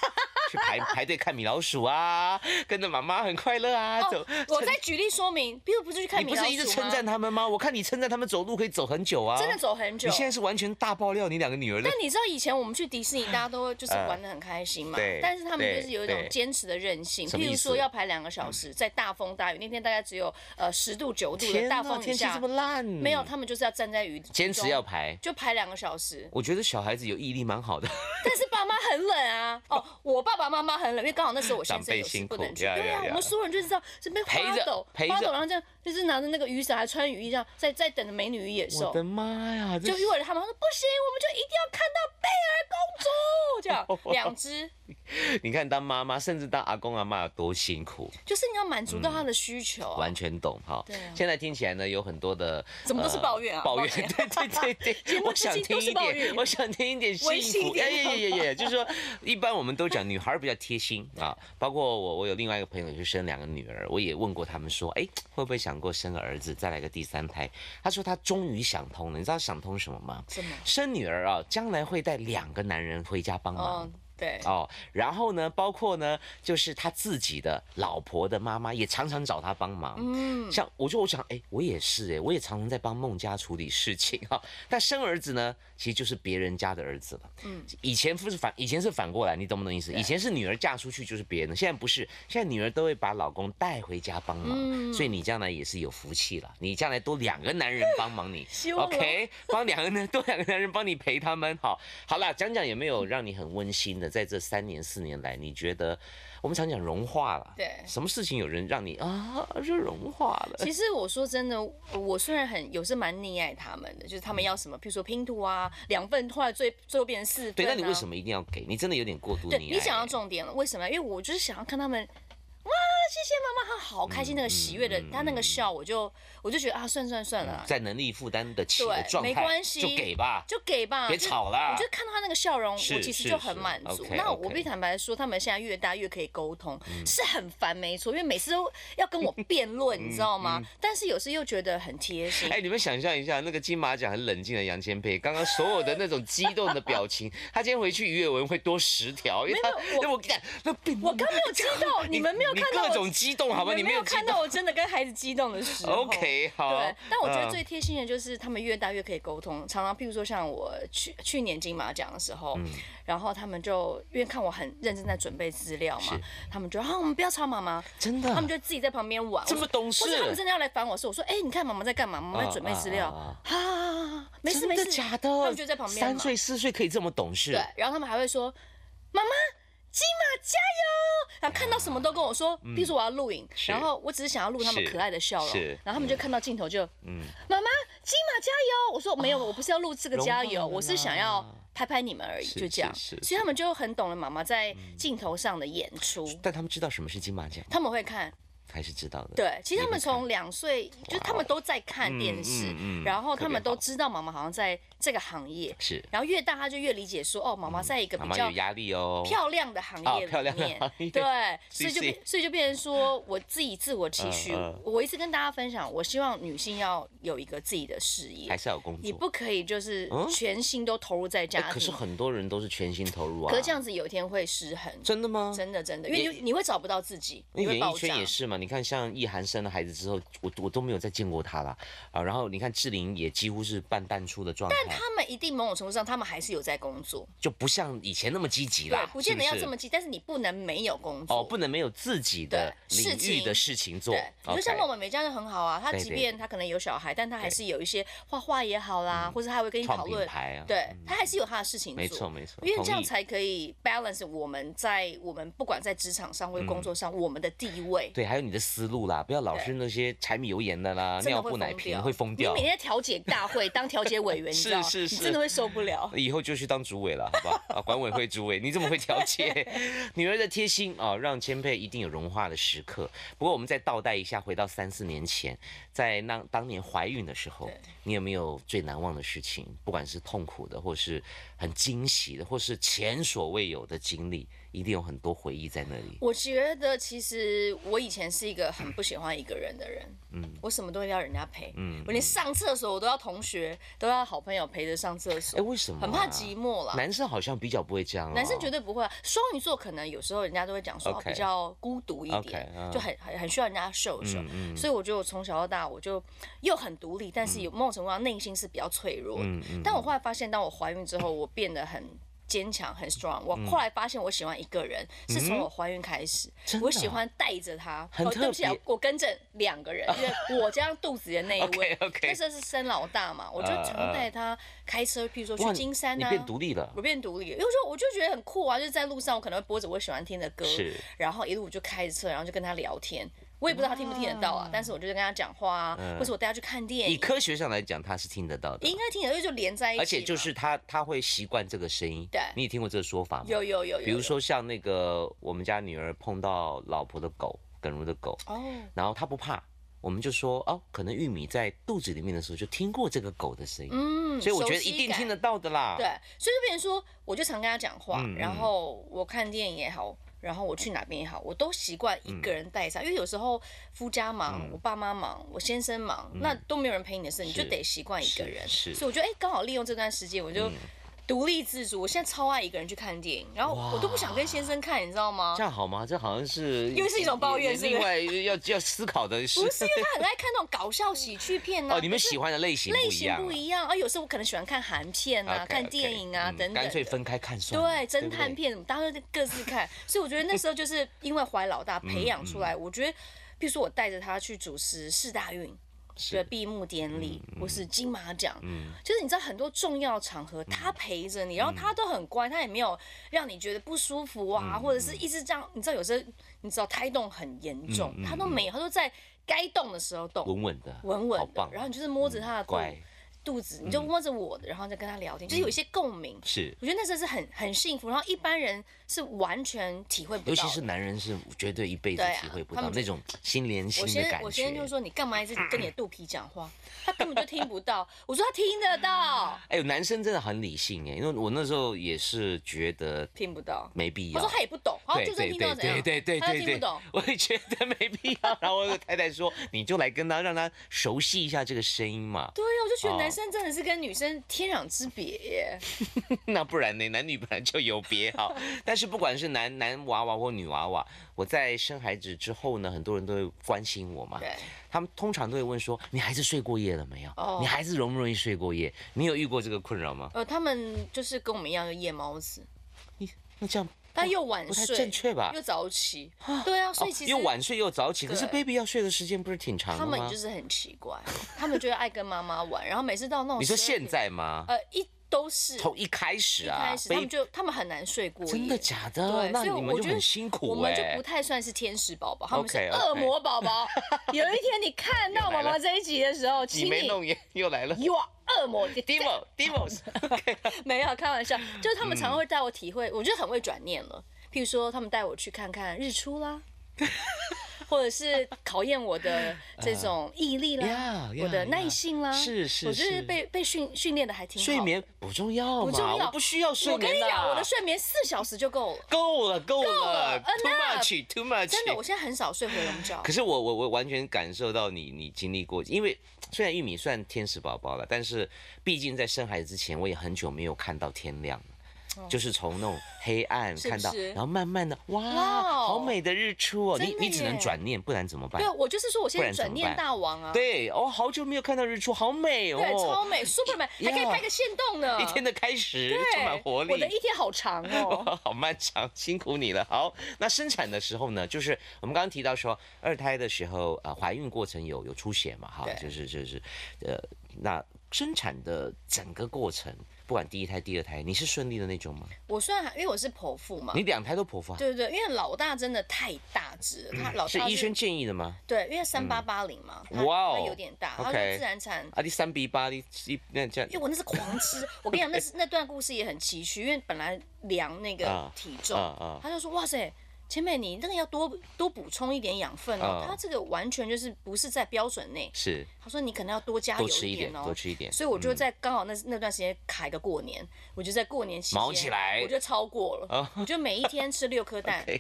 [SPEAKER 1] 去排排队看米老鼠啊，跟着妈妈很快乐啊，
[SPEAKER 2] 哦
[SPEAKER 1] 走。
[SPEAKER 2] 我再举例说明，比如不是去看
[SPEAKER 1] 你
[SPEAKER 2] 米
[SPEAKER 1] 不
[SPEAKER 2] 老
[SPEAKER 1] 是一直
[SPEAKER 2] 鼠
[SPEAKER 1] 称赞
[SPEAKER 2] 吗？
[SPEAKER 1] 他们吗？我看你称赞他们走路可以走很久啊，
[SPEAKER 2] 真的。走很久
[SPEAKER 1] 你。现在是完全大爆料你两个女儿的
[SPEAKER 2] 但你知道以前我们去迪士尼，大家都会就是玩的很开心嘛
[SPEAKER 1] 嗯对。
[SPEAKER 2] 但是他们
[SPEAKER 1] 对
[SPEAKER 2] 就是有一种
[SPEAKER 1] 对
[SPEAKER 2] 坚持的韧性，
[SPEAKER 1] 什么
[SPEAKER 2] 譬
[SPEAKER 1] 意
[SPEAKER 2] 如
[SPEAKER 1] 思
[SPEAKER 2] 说要排两个小时，在大风大雨那天大概只有呃十度九度的大
[SPEAKER 1] 哪
[SPEAKER 2] 风
[SPEAKER 1] 天
[SPEAKER 2] 雨
[SPEAKER 1] 气
[SPEAKER 2] 下
[SPEAKER 1] 这么，烂，
[SPEAKER 2] 没有，他们就是要站在雨
[SPEAKER 1] 坚持
[SPEAKER 2] 中
[SPEAKER 1] 要排。
[SPEAKER 2] 就排两个小时，
[SPEAKER 1] 我觉得小孩子有毅力蛮好的，
[SPEAKER 2] 但是爸妈很冷啊。哦，我爸爸妈妈很冷，因为刚好那时候我先
[SPEAKER 1] 长
[SPEAKER 2] 生
[SPEAKER 1] 辈
[SPEAKER 2] 有事
[SPEAKER 1] 辛苦
[SPEAKER 2] 不能去。
[SPEAKER 1] 呀
[SPEAKER 2] 对
[SPEAKER 1] 呀
[SPEAKER 2] 啊，
[SPEAKER 1] 呀
[SPEAKER 2] 我们所有人就知道这边
[SPEAKER 1] 陪
[SPEAKER 2] 花
[SPEAKER 1] 着
[SPEAKER 2] 斗，
[SPEAKER 1] 陪
[SPEAKER 2] 花
[SPEAKER 1] 着
[SPEAKER 2] 斗，然后这样就是拿着那个雨伞，还穿雨衣这样，在在等着美女与野
[SPEAKER 1] 我
[SPEAKER 2] 兽
[SPEAKER 1] 的。妈呀！这
[SPEAKER 2] 就因为他们说不行，我们就一定要看到贝尔公 主这样，两只
[SPEAKER 1] 你看当妈妈，甚至当阿公阿妈有多辛苦，
[SPEAKER 2] 就是你要满足到他的需求啊。
[SPEAKER 1] 完全懂哈。
[SPEAKER 2] 对啊
[SPEAKER 1] 现在听起来呢，有很多的
[SPEAKER 2] 怎么都是
[SPEAKER 1] 呃
[SPEAKER 2] 抱怨啊
[SPEAKER 1] 抱
[SPEAKER 2] 抱
[SPEAKER 1] 怨，
[SPEAKER 2] 歉
[SPEAKER 1] 对对 对对，
[SPEAKER 2] 目
[SPEAKER 1] 我
[SPEAKER 2] 之
[SPEAKER 1] 想
[SPEAKER 2] 间
[SPEAKER 1] 听
[SPEAKER 2] 都是
[SPEAKER 1] 一
[SPEAKER 2] 抱
[SPEAKER 1] 点，
[SPEAKER 2] 怨
[SPEAKER 1] 我想听一点
[SPEAKER 2] 温馨
[SPEAKER 1] 幸
[SPEAKER 2] 一
[SPEAKER 1] 福，
[SPEAKER 2] 点
[SPEAKER 1] 哎呀呀呀 呀，就是说，一般我们都讲女孩儿比较贴心啊，包括我，我有另外一个朋友就生两个女儿，我也问过他们说，哎，会不会想过生个儿子，再来个第三胎？他说他终于想通了，你知道想通什么吗？
[SPEAKER 2] 什么？
[SPEAKER 1] 生女儿啊，将来会带两个男人回家帮忙。
[SPEAKER 2] 嗯，对，
[SPEAKER 1] 哦，然后呢，包括呢，就是他自己的老婆的妈妈也常常找他帮忙。
[SPEAKER 2] 嗯，
[SPEAKER 1] 像我就我想，哎，我也是哎，我也常常在帮孟家处理事情哈、但生儿子呢，其实就是别人家的儿子了。嗯，以前不是反，以前是反过来，你懂不懂意思？以前是女儿嫁出去就是别人的，现在不是，现在女儿都会把老公带回家帮忙，
[SPEAKER 2] 嗯
[SPEAKER 1] 所以你将来也是有福气了。你将来多两个男人帮忙你
[SPEAKER 2] 希望咯
[SPEAKER 1] ，OK，帮哎两个男多两个男人帮你陪他们。好，好啦，讲讲有没有让你很温馨的，在这三年四年来，你觉得我们常讲融化了，
[SPEAKER 2] 对
[SPEAKER 1] 什么事情有人让你啊就融化了？
[SPEAKER 2] 其实我说真的，我虽然很有时蛮溺爱他们的，就是他们要什么，譬如说拼图啊，两份后来最最后变成四份、啊。
[SPEAKER 1] 对，那你为什么一定要给？你真的有点过度溺
[SPEAKER 2] 对
[SPEAKER 1] 爱。
[SPEAKER 2] 你讲到重点了，为什么？因为我就是想要看他们，哇，谢谢妈妈，她好开
[SPEAKER 1] 嗯
[SPEAKER 2] 心，那个喜悦的，她那个笑，我就我就觉得啊，算算算了啊，
[SPEAKER 1] 在能力负担得起
[SPEAKER 2] 对
[SPEAKER 1] 的状态，
[SPEAKER 2] 没关系
[SPEAKER 1] 就给吧。
[SPEAKER 2] 就给吧，
[SPEAKER 1] 别
[SPEAKER 2] 就
[SPEAKER 1] 吵啦
[SPEAKER 2] 我就看到她那个笑容，我
[SPEAKER 1] 是
[SPEAKER 2] 其实
[SPEAKER 1] 是
[SPEAKER 2] 就很
[SPEAKER 1] 是
[SPEAKER 2] 满足。
[SPEAKER 1] ，OK，
[SPEAKER 2] 那
[SPEAKER 1] OK 嗯
[SPEAKER 2] 我必坦白说，他们现在越大越可以沟通，是很烦，没错，因为每次都 要跟我辩论，你知道吗？但是有时又觉得很贴心
[SPEAKER 1] 嗯哎、。你们想象一下，那个金马奖很冷静的杨千霈，刚刚所有的那种激动的表情，他今天回去鱼尾纹会多十条，因为他
[SPEAKER 2] 有我
[SPEAKER 1] 那我看那
[SPEAKER 2] 我刚没有激动，你们没有看 到
[SPEAKER 1] 你
[SPEAKER 2] 我
[SPEAKER 1] 各种激动，好吧？
[SPEAKER 2] 你
[SPEAKER 1] 你
[SPEAKER 2] 们没有
[SPEAKER 1] 有激
[SPEAKER 2] 看
[SPEAKER 1] 动。
[SPEAKER 2] 到我真的跟孩子激动的时候。
[SPEAKER 1] OK，好。
[SPEAKER 2] 对，但我觉得
[SPEAKER 1] 嗯
[SPEAKER 2] 最贴心的就是他们越大越可以沟通。常常，譬如说像我去去年金马奖的时候，
[SPEAKER 1] 嗯
[SPEAKER 2] 然后他们就因为看我很认真在准备资料嘛
[SPEAKER 1] 是，
[SPEAKER 2] 他们就啊，我们不要吵妈妈，
[SPEAKER 1] 真的，
[SPEAKER 2] 他们就自己在旁边玩。
[SPEAKER 1] 这么懂事
[SPEAKER 2] 或者他们真的要来烦我说，我说哎，你看妈妈在干嘛？妈妈在准备资料
[SPEAKER 1] 啊
[SPEAKER 2] 啊，没事
[SPEAKER 1] 真
[SPEAKER 2] 没
[SPEAKER 1] 的
[SPEAKER 2] 事，
[SPEAKER 1] 假的？
[SPEAKER 2] 他们就在旁边
[SPEAKER 1] 三
[SPEAKER 2] 嘛
[SPEAKER 1] 岁四岁可以这么懂事，
[SPEAKER 2] 对，然后他们还会说：“妈妈，金马加油！”然后看到什么都跟我说，比如说我要录影，
[SPEAKER 1] 嗯是
[SPEAKER 2] 然后我只是想要录他们
[SPEAKER 1] 是
[SPEAKER 2] 可爱的笑容
[SPEAKER 1] 是，
[SPEAKER 2] 然后他们就看到镜头就：“
[SPEAKER 1] 嗯啊
[SPEAKER 2] 妈妈，金马加油！”我说：“没有，我不是要录这个
[SPEAKER 1] 融
[SPEAKER 2] 加
[SPEAKER 1] 化
[SPEAKER 2] 油，
[SPEAKER 1] 了
[SPEAKER 2] 我是想要
[SPEAKER 1] 啦
[SPEAKER 2] 拍拍你们而已。”
[SPEAKER 1] 是
[SPEAKER 2] 就这样，
[SPEAKER 1] 是是嗯
[SPEAKER 2] 所以他们就很懂了妈妈在镜头上的演出，
[SPEAKER 1] 但他们知道什么是金马奖吗，
[SPEAKER 2] 他们会看。
[SPEAKER 1] 还是知道的。
[SPEAKER 2] 对，其实他
[SPEAKER 1] 你
[SPEAKER 2] 们
[SPEAKER 1] 会看
[SPEAKER 2] 从两岁，就是他们都在看电视
[SPEAKER 1] 嗯嗯嗯，
[SPEAKER 2] 然后
[SPEAKER 1] 特
[SPEAKER 2] 他
[SPEAKER 1] 别
[SPEAKER 2] 们都
[SPEAKER 1] 好
[SPEAKER 2] 知道妈妈好像在这个行业。
[SPEAKER 1] 是嗯
[SPEAKER 2] 然后越大，他就越理解说，哦，妈妈在一个
[SPEAKER 1] 妈
[SPEAKER 2] 比
[SPEAKER 1] 妈
[SPEAKER 2] 较
[SPEAKER 1] 有压力哦。
[SPEAKER 2] 漂亮的行业
[SPEAKER 1] 啊漂
[SPEAKER 2] 里
[SPEAKER 1] 亮的
[SPEAKER 2] 面，
[SPEAKER 1] 行业
[SPEAKER 2] 对，所以
[SPEAKER 1] CC
[SPEAKER 2] 就变，所以就变成说，我自己自我期许
[SPEAKER 1] 嗯嗯。
[SPEAKER 2] 我一直跟大家分享，我希望女性要有一个自己的事
[SPEAKER 1] 还
[SPEAKER 2] 业，
[SPEAKER 1] 是要有工
[SPEAKER 2] 你
[SPEAKER 1] 作。
[SPEAKER 2] 不可以就是
[SPEAKER 1] 嗯
[SPEAKER 2] 全心都投入在
[SPEAKER 1] 哎
[SPEAKER 2] 家
[SPEAKER 1] 可是
[SPEAKER 2] 庭，
[SPEAKER 1] 很多人都是全心投入啊。
[SPEAKER 2] 可是这样子有一天会失衡，
[SPEAKER 1] 真的吗？
[SPEAKER 2] 真的真的，因为
[SPEAKER 1] 也
[SPEAKER 2] 你你会找不到自己，
[SPEAKER 1] 那
[SPEAKER 2] 你会
[SPEAKER 1] 演
[SPEAKER 2] 爆
[SPEAKER 1] 艺
[SPEAKER 2] 炸
[SPEAKER 1] 圈。也是嘛，你看像易涵生了孩子之后，我我都没有再见过他了啊。然后你看志玲也几乎是半淡出的状态，
[SPEAKER 2] 他们一定某种程度上，他们还是有在工作，
[SPEAKER 1] 就不像以前那么积极
[SPEAKER 2] 对
[SPEAKER 1] 啦，，
[SPEAKER 2] 不见得
[SPEAKER 1] 啊是
[SPEAKER 2] 要
[SPEAKER 1] 是
[SPEAKER 2] 这么急，但是你不能没有工作。
[SPEAKER 1] 哦，不能没有自己的
[SPEAKER 2] 对
[SPEAKER 1] 领
[SPEAKER 2] 事
[SPEAKER 1] 域
[SPEAKER 2] 情
[SPEAKER 1] 的事情做
[SPEAKER 2] 对，。你说
[SPEAKER 1] OK
[SPEAKER 2] 像孟美美这样就很好啊，她
[SPEAKER 1] 对
[SPEAKER 2] 即
[SPEAKER 1] 对
[SPEAKER 2] 便
[SPEAKER 1] 对
[SPEAKER 2] 她可能有小孩，但她还是有一些画画也好啦，或者她还会跟你
[SPEAKER 1] 嗯创
[SPEAKER 2] 讨
[SPEAKER 1] 品
[SPEAKER 2] 论，
[SPEAKER 1] 牌啊，，
[SPEAKER 2] 对她还是有她的事情做。
[SPEAKER 1] 没错没错，
[SPEAKER 2] 因为这
[SPEAKER 1] 同
[SPEAKER 2] 样
[SPEAKER 1] 意
[SPEAKER 2] 才可以 balance 我们在我们不管在职场上或者工作上、我们的地位。
[SPEAKER 1] 嗯对，还有你的思路啦，不要老是那些柴米油盐的啦，
[SPEAKER 2] 真的
[SPEAKER 1] 啊尿
[SPEAKER 2] 会
[SPEAKER 1] 布奶
[SPEAKER 2] 疯
[SPEAKER 1] 瓶
[SPEAKER 2] 掉
[SPEAKER 1] 会疯
[SPEAKER 2] 你
[SPEAKER 1] 掉
[SPEAKER 2] 每。天在调解大会当调解委员，你知道，
[SPEAKER 1] 是是
[SPEAKER 2] 你真的会受不了。
[SPEAKER 1] 以后就去当主委了，好不好？啊，管委会主委，你怎么会调解？ 女儿的贴心啊、哦，让千佩一定有融化的时刻。不过我们再倒带一下，回到三四年前，在那当年怀孕的时候
[SPEAKER 2] 对，
[SPEAKER 1] 你有没有最难忘的事情？不管是痛苦的，或是很惊喜的，或是前所未有的经历，一定有很多回忆在那里。
[SPEAKER 2] 我觉得其实我以前是一个很不喜欢一个人的人，嗯，我什么都要人家陪，嗯，我连上厕所我都要同学，都要好朋友陪着上厕
[SPEAKER 1] 哎，
[SPEAKER 2] 所，
[SPEAKER 1] 为什么啊、
[SPEAKER 2] 很怕寂寞啦。
[SPEAKER 1] 男生好像比较不会这样、哦，
[SPEAKER 2] 男生绝对不会啊，双鱼座可能有时候人家都会讲说哦
[SPEAKER 1] OK
[SPEAKER 2] 比较孤独一
[SPEAKER 1] OK，
[SPEAKER 2] 点
[SPEAKER 1] 嗯
[SPEAKER 2] 就很很很需要人家秀秀。
[SPEAKER 1] 嗯嗯
[SPEAKER 2] 所以我觉得我从小到大我就又很独立，但是有某种程度上内心是比较脆弱的。
[SPEAKER 1] 嗯嗯
[SPEAKER 2] 但我后来发现，当我怀孕之后，我变得很。坚强很 strong，我
[SPEAKER 1] 嗯
[SPEAKER 2] 后来发现我喜欢一个人，是从我怀孕开始，
[SPEAKER 1] 真的啊
[SPEAKER 2] 我喜欢带着他。
[SPEAKER 1] 很
[SPEAKER 2] 哦，
[SPEAKER 1] 特
[SPEAKER 2] 对不起啊
[SPEAKER 1] 别，
[SPEAKER 2] 我跟着两 个人，因为我加上肚子里的那一位
[SPEAKER 1] OK，OK
[SPEAKER 2] 那时候是生老大嘛，我就
[SPEAKER 1] 呃
[SPEAKER 2] 常
[SPEAKER 1] 呃
[SPEAKER 2] 带他开车，譬如说
[SPEAKER 1] 哇
[SPEAKER 2] 去金山
[SPEAKER 1] 你
[SPEAKER 2] 啊，
[SPEAKER 1] 变独立了
[SPEAKER 2] 我，变独立了，因为我就我就觉得很酷啊，就是在路上我可能会播着我喜欢听的歌，
[SPEAKER 1] 是
[SPEAKER 2] 然后一路我就开着车，然后就跟他聊天，我也不知道他听不听得到啊，但是我就跟他讲话啊，
[SPEAKER 1] 嗯
[SPEAKER 2] 或者我带他去看电
[SPEAKER 1] 以
[SPEAKER 2] 影，
[SPEAKER 1] 科学上来讲，他是听得到的
[SPEAKER 2] 应。该听得到，因为就连在一起嘛，
[SPEAKER 1] 而且就是他他会习惯这个声音。
[SPEAKER 2] 对
[SPEAKER 1] 你也听过这个说法吗？
[SPEAKER 2] 有有有有，
[SPEAKER 1] 比如
[SPEAKER 2] 有
[SPEAKER 1] 说像那个我们家女儿碰到老婆的狗，耿如的狗，
[SPEAKER 2] 哦，
[SPEAKER 1] 然后她不怕，我们就说哦，可能玉米在肚子里面的时候就听过这个狗的声音，
[SPEAKER 2] 嗯，
[SPEAKER 1] 所以我觉得
[SPEAKER 2] 熟悉
[SPEAKER 1] 一定
[SPEAKER 2] 感
[SPEAKER 1] 听得到的啦。
[SPEAKER 2] 对，所以就变成说，我就常跟他讲话，
[SPEAKER 1] 嗯
[SPEAKER 2] 然后我看电影也好，然后我去哪边也好，我都习惯一
[SPEAKER 1] 嗯
[SPEAKER 2] 个人带上，因为有时候夫家忙，我爸妈忙，我先生忙，那都没有人陪你的事，你就是得习惯一个人。
[SPEAKER 1] 嗯是是嗯
[SPEAKER 2] 所以我觉得，哎、刚好利用这段时间，我就。独立自主，我现在超爱一个人去看电影，然后我都不想跟先生看，你知道吗
[SPEAKER 1] 这？样好吗？这好像是
[SPEAKER 2] 又是一种抱怨
[SPEAKER 1] 也
[SPEAKER 2] 是不是
[SPEAKER 1] 另外要要思考的是
[SPEAKER 2] 不是，因为他很爱看那种搞笑喜剧片呐、
[SPEAKER 1] 哦，你们
[SPEAKER 2] 可是
[SPEAKER 1] 喜欢的类型
[SPEAKER 2] 类
[SPEAKER 1] 不一
[SPEAKER 2] 型
[SPEAKER 1] 样
[SPEAKER 2] 不
[SPEAKER 1] 啊。
[SPEAKER 2] 一样啊，有时候我可能喜欢看韩片啊
[SPEAKER 1] OK，OK，
[SPEAKER 2] 看电影啊、
[SPEAKER 1] 嗯
[SPEAKER 2] 等等的，
[SPEAKER 1] 干脆分开看算了。
[SPEAKER 2] 对，侦
[SPEAKER 1] 不
[SPEAKER 2] 探片什么，大家都各自 看。所以我觉得那时候就是因为怀老
[SPEAKER 1] 嗯
[SPEAKER 2] 大培养出来，我觉得，比如说我带着他去主持四大运。
[SPEAKER 1] 是嗯
[SPEAKER 2] 的闭幕典礼，或是金马奖，就是你知道很多重要场
[SPEAKER 1] 嗯
[SPEAKER 2] 合，他陪着你，然后他都很乖，他也没有让你觉得不舒服
[SPEAKER 1] 嗯
[SPEAKER 2] 啊，或者是一直这样。你知道有时候你知道胎动很严
[SPEAKER 1] 嗯
[SPEAKER 2] 重，他都没有，他都在该动的时候动，
[SPEAKER 1] 稳稳的，
[SPEAKER 2] 稳
[SPEAKER 1] 好
[SPEAKER 2] 稳的
[SPEAKER 1] 棒，，嗯
[SPEAKER 2] 然后你就是摸着他的肚
[SPEAKER 1] 乖嗯
[SPEAKER 2] 肚子，你就摸着我的，然后再跟他聊天，就是有一些共鸣。
[SPEAKER 1] 是，
[SPEAKER 2] 我觉得那时候是很很幸福，然后一般人是完全体会不到的。
[SPEAKER 1] 尤其是男人是绝对一辈子
[SPEAKER 2] 对啊
[SPEAKER 1] 体会不
[SPEAKER 2] 他
[SPEAKER 1] 到
[SPEAKER 2] 们
[SPEAKER 1] 那种心连心
[SPEAKER 2] 我
[SPEAKER 1] 的
[SPEAKER 2] 先
[SPEAKER 1] 感
[SPEAKER 2] 我
[SPEAKER 1] 觉
[SPEAKER 2] 先。就说你干嘛一直跟你的肚皮 讲话？他根本就听不到。我说他听得到，
[SPEAKER 1] 哎呦，男生真的很理性哎，因为我那时候也是觉得
[SPEAKER 2] 听不到。
[SPEAKER 1] 没必
[SPEAKER 2] 他
[SPEAKER 1] 要
[SPEAKER 2] 说。他也不懂，好像
[SPEAKER 1] 对
[SPEAKER 2] 就算
[SPEAKER 1] 对
[SPEAKER 2] 听
[SPEAKER 1] 对
[SPEAKER 2] 到怎样，
[SPEAKER 1] 对对对
[SPEAKER 2] 他
[SPEAKER 1] 对
[SPEAKER 2] 又听
[SPEAKER 1] 对
[SPEAKER 2] 不懂。，
[SPEAKER 1] 我也觉得没必要。然后我太太说，你就来跟他，让他熟悉一下这个声音嘛。
[SPEAKER 2] 对啊，我就觉
[SPEAKER 1] 哦
[SPEAKER 2] 得男生真的是跟女生天壤之别耶。
[SPEAKER 1] 那不然呢？男女本来就有别好。但是不管是男男娃娃或女娃娃，我在生孩子之后呢，很多人都会关心我嘛。
[SPEAKER 2] 对，
[SPEAKER 1] 他们通常都会问说：“你孩子睡过夜了没有？
[SPEAKER 2] 哦
[SPEAKER 1] 你孩子容不容易睡过夜？”你有遇过这个困扰吗？
[SPEAKER 2] 呃，他们就是跟我们一样，就夜猫子，
[SPEAKER 1] 那这样
[SPEAKER 2] 他又晚
[SPEAKER 1] 不太
[SPEAKER 2] 睡，
[SPEAKER 1] 正确吧哦
[SPEAKER 2] 又早起。对啊，所以其实
[SPEAKER 1] 又晚睡又早起，可是
[SPEAKER 2] 对
[SPEAKER 1] baby 要睡的时间不是挺长
[SPEAKER 2] 他
[SPEAKER 1] 的吗？
[SPEAKER 2] 们就是很奇怪，他们就会爱跟妈妈玩，然后每次到那种
[SPEAKER 1] 你说
[SPEAKER 2] 12点
[SPEAKER 1] 现在吗？
[SPEAKER 2] 呃，一都是
[SPEAKER 1] 从一开始
[SPEAKER 2] 一
[SPEAKER 1] 啊
[SPEAKER 2] 开始他们
[SPEAKER 1] ，baby
[SPEAKER 2] 就他们很难睡过夜，
[SPEAKER 1] 真的假的？
[SPEAKER 2] 对，
[SPEAKER 1] 那
[SPEAKER 2] 所以
[SPEAKER 1] 你们
[SPEAKER 2] 我
[SPEAKER 1] 就
[SPEAKER 2] 觉得
[SPEAKER 1] 很辛
[SPEAKER 2] 我
[SPEAKER 1] 苦
[SPEAKER 2] 们就
[SPEAKER 1] 哎
[SPEAKER 2] 不。太算是天使宝宝，他们是
[SPEAKER 1] OK，OK
[SPEAKER 2] 恶魔宝宝。有一天你 看到
[SPEAKER 1] 又来
[SPEAKER 2] 妈
[SPEAKER 1] 了
[SPEAKER 2] 妈这一集的时候，
[SPEAKER 1] 你
[SPEAKER 2] 请
[SPEAKER 1] 没
[SPEAKER 2] 你
[SPEAKER 1] 弄也又来了
[SPEAKER 2] you are 恶 魔，你
[SPEAKER 1] ，demo demos，
[SPEAKER 2] 没有开玩 笑，就是他
[SPEAKER 1] 嗯
[SPEAKER 2] 们常常会带我体会，我觉得很会转念了。譬如说，他们带我去看看日出啦，或者是考验 我的这种毅力啦
[SPEAKER 1] Yeah，yeah，
[SPEAKER 2] 我的耐性啦
[SPEAKER 1] 啊 yeah 是是
[SPEAKER 2] 我觉
[SPEAKER 1] 是
[SPEAKER 2] 得被被训训练的还挺好。
[SPEAKER 1] 睡，眠不重要
[SPEAKER 2] 不重
[SPEAKER 1] 嘛，
[SPEAKER 2] 要
[SPEAKER 1] 我不需要睡
[SPEAKER 2] 我跟
[SPEAKER 1] 眠
[SPEAKER 2] 你讲，我
[SPEAKER 1] 啦
[SPEAKER 2] 的。睡眠四小时就够了，
[SPEAKER 1] 够了够了
[SPEAKER 2] 了
[SPEAKER 1] ，too
[SPEAKER 2] ，enough
[SPEAKER 1] much too much。
[SPEAKER 2] 真的，我现在很少睡回笼觉
[SPEAKER 1] 可。是我我我完全感受到你你经历过，因为虽然玉米算天使宝宝了，但是毕竟在生孩子之前，我也很久没有看到天亮了。就是从那种黑暗
[SPEAKER 2] 哦是不
[SPEAKER 1] 看到，
[SPEAKER 2] 是
[SPEAKER 1] 然后慢慢的，哇，
[SPEAKER 2] 哇哦
[SPEAKER 1] 好美的日出哦！你
[SPEAKER 2] 真的
[SPEAKER 1] 你只能
[SPEAKER 2] 耶
[SPEAKER 1] 转念，不然怎么办
[SPEAKER 2] 对，？我就是说，我现
[SPEAKER 1] 不
[SPEAKER 2] 在
[SPEAKER 1] 然怎么
[SPEAKER 2] 转念
[SPEAKER 1] 办
[SPEAKER 2] 大王啊。
[SPEAKER 1] 对，哦，好久没有看到日出，好美哦！
[SPEAKER 2] 对，超美，Superman 还可以拍个线动呢，
[SPEAKER 1] 一天的开始，
[SPEAKER 2] 对
[SPEAKER 1] 充满活力。
[SPEAKER 2] 我的一天好 长哦，
[SPEAKER 1] 好漫长，辛苦你了。好，那生产的时候呢，就是我们刚刚提到说，二胎的时候，呃，怀孕过程有有出血嘛，哈，
[SPEAKER 2] 对
[SPEAKER 1] 就是就是，呃，那生产的整个过程不管第一胎、第二胎，你是顺利的那种吗？
[SPEAKER 2] 我虽然还因为我是剖腹嘛，
[SPEAKER 1] 你两胎都剖腹啊？
[SPEAKER 2] 呃对对对，因为老大真的太大只了，他老
[SPEAKER 1] 嗯是
[SPEAKER 2] 大
[SPEAKER 1] 医生建议的吗？
[SPEAKER 2] 对，因为三八八零嘛，他
[SPEAKER 1] 哇哦
[SPEAKER 2] 他有点大，他
[SPEAKER 1] OK
[SPEAKER 2] 是自然产。
[SPEAKER 1] 啊，第三比八，第一那这样
[SPEAKER 2] 因为我那是狂 吃，我跟你讲，那是那段故事也很崎岖，因为本来量那个
[SPEAKER 1] 啊
[SPEAKER 2] 体重，
[SPEAKER 1] 啊
[SPEAKER 2] 他就说：“哇塞，前辈，你那个要多多补充一点养分哦
[SPEAKER 1] 啊，
[SPEAKER 2] 他这个完全就是不是在标准内。
[SPEAKER 1] 是
[SPEAKER 2] 他说你可能要多加油
[SPEAKER 1] 多吃一点，
[SPEAKER 2] 哦。
[SPEAKER 1] 多吃一点。嗯
[SPEAKER 2] 所以我就在刚好那那段时间卡一个过年，我就在过年期间
[SPEAKER 1] 忙起来
[SPEAKER 2] 我就超过了
[SPEAKER 1] 啊，
[SPEAKER 2] 我就每一天吃六颗 蛋
[SPEAKER 1] OK，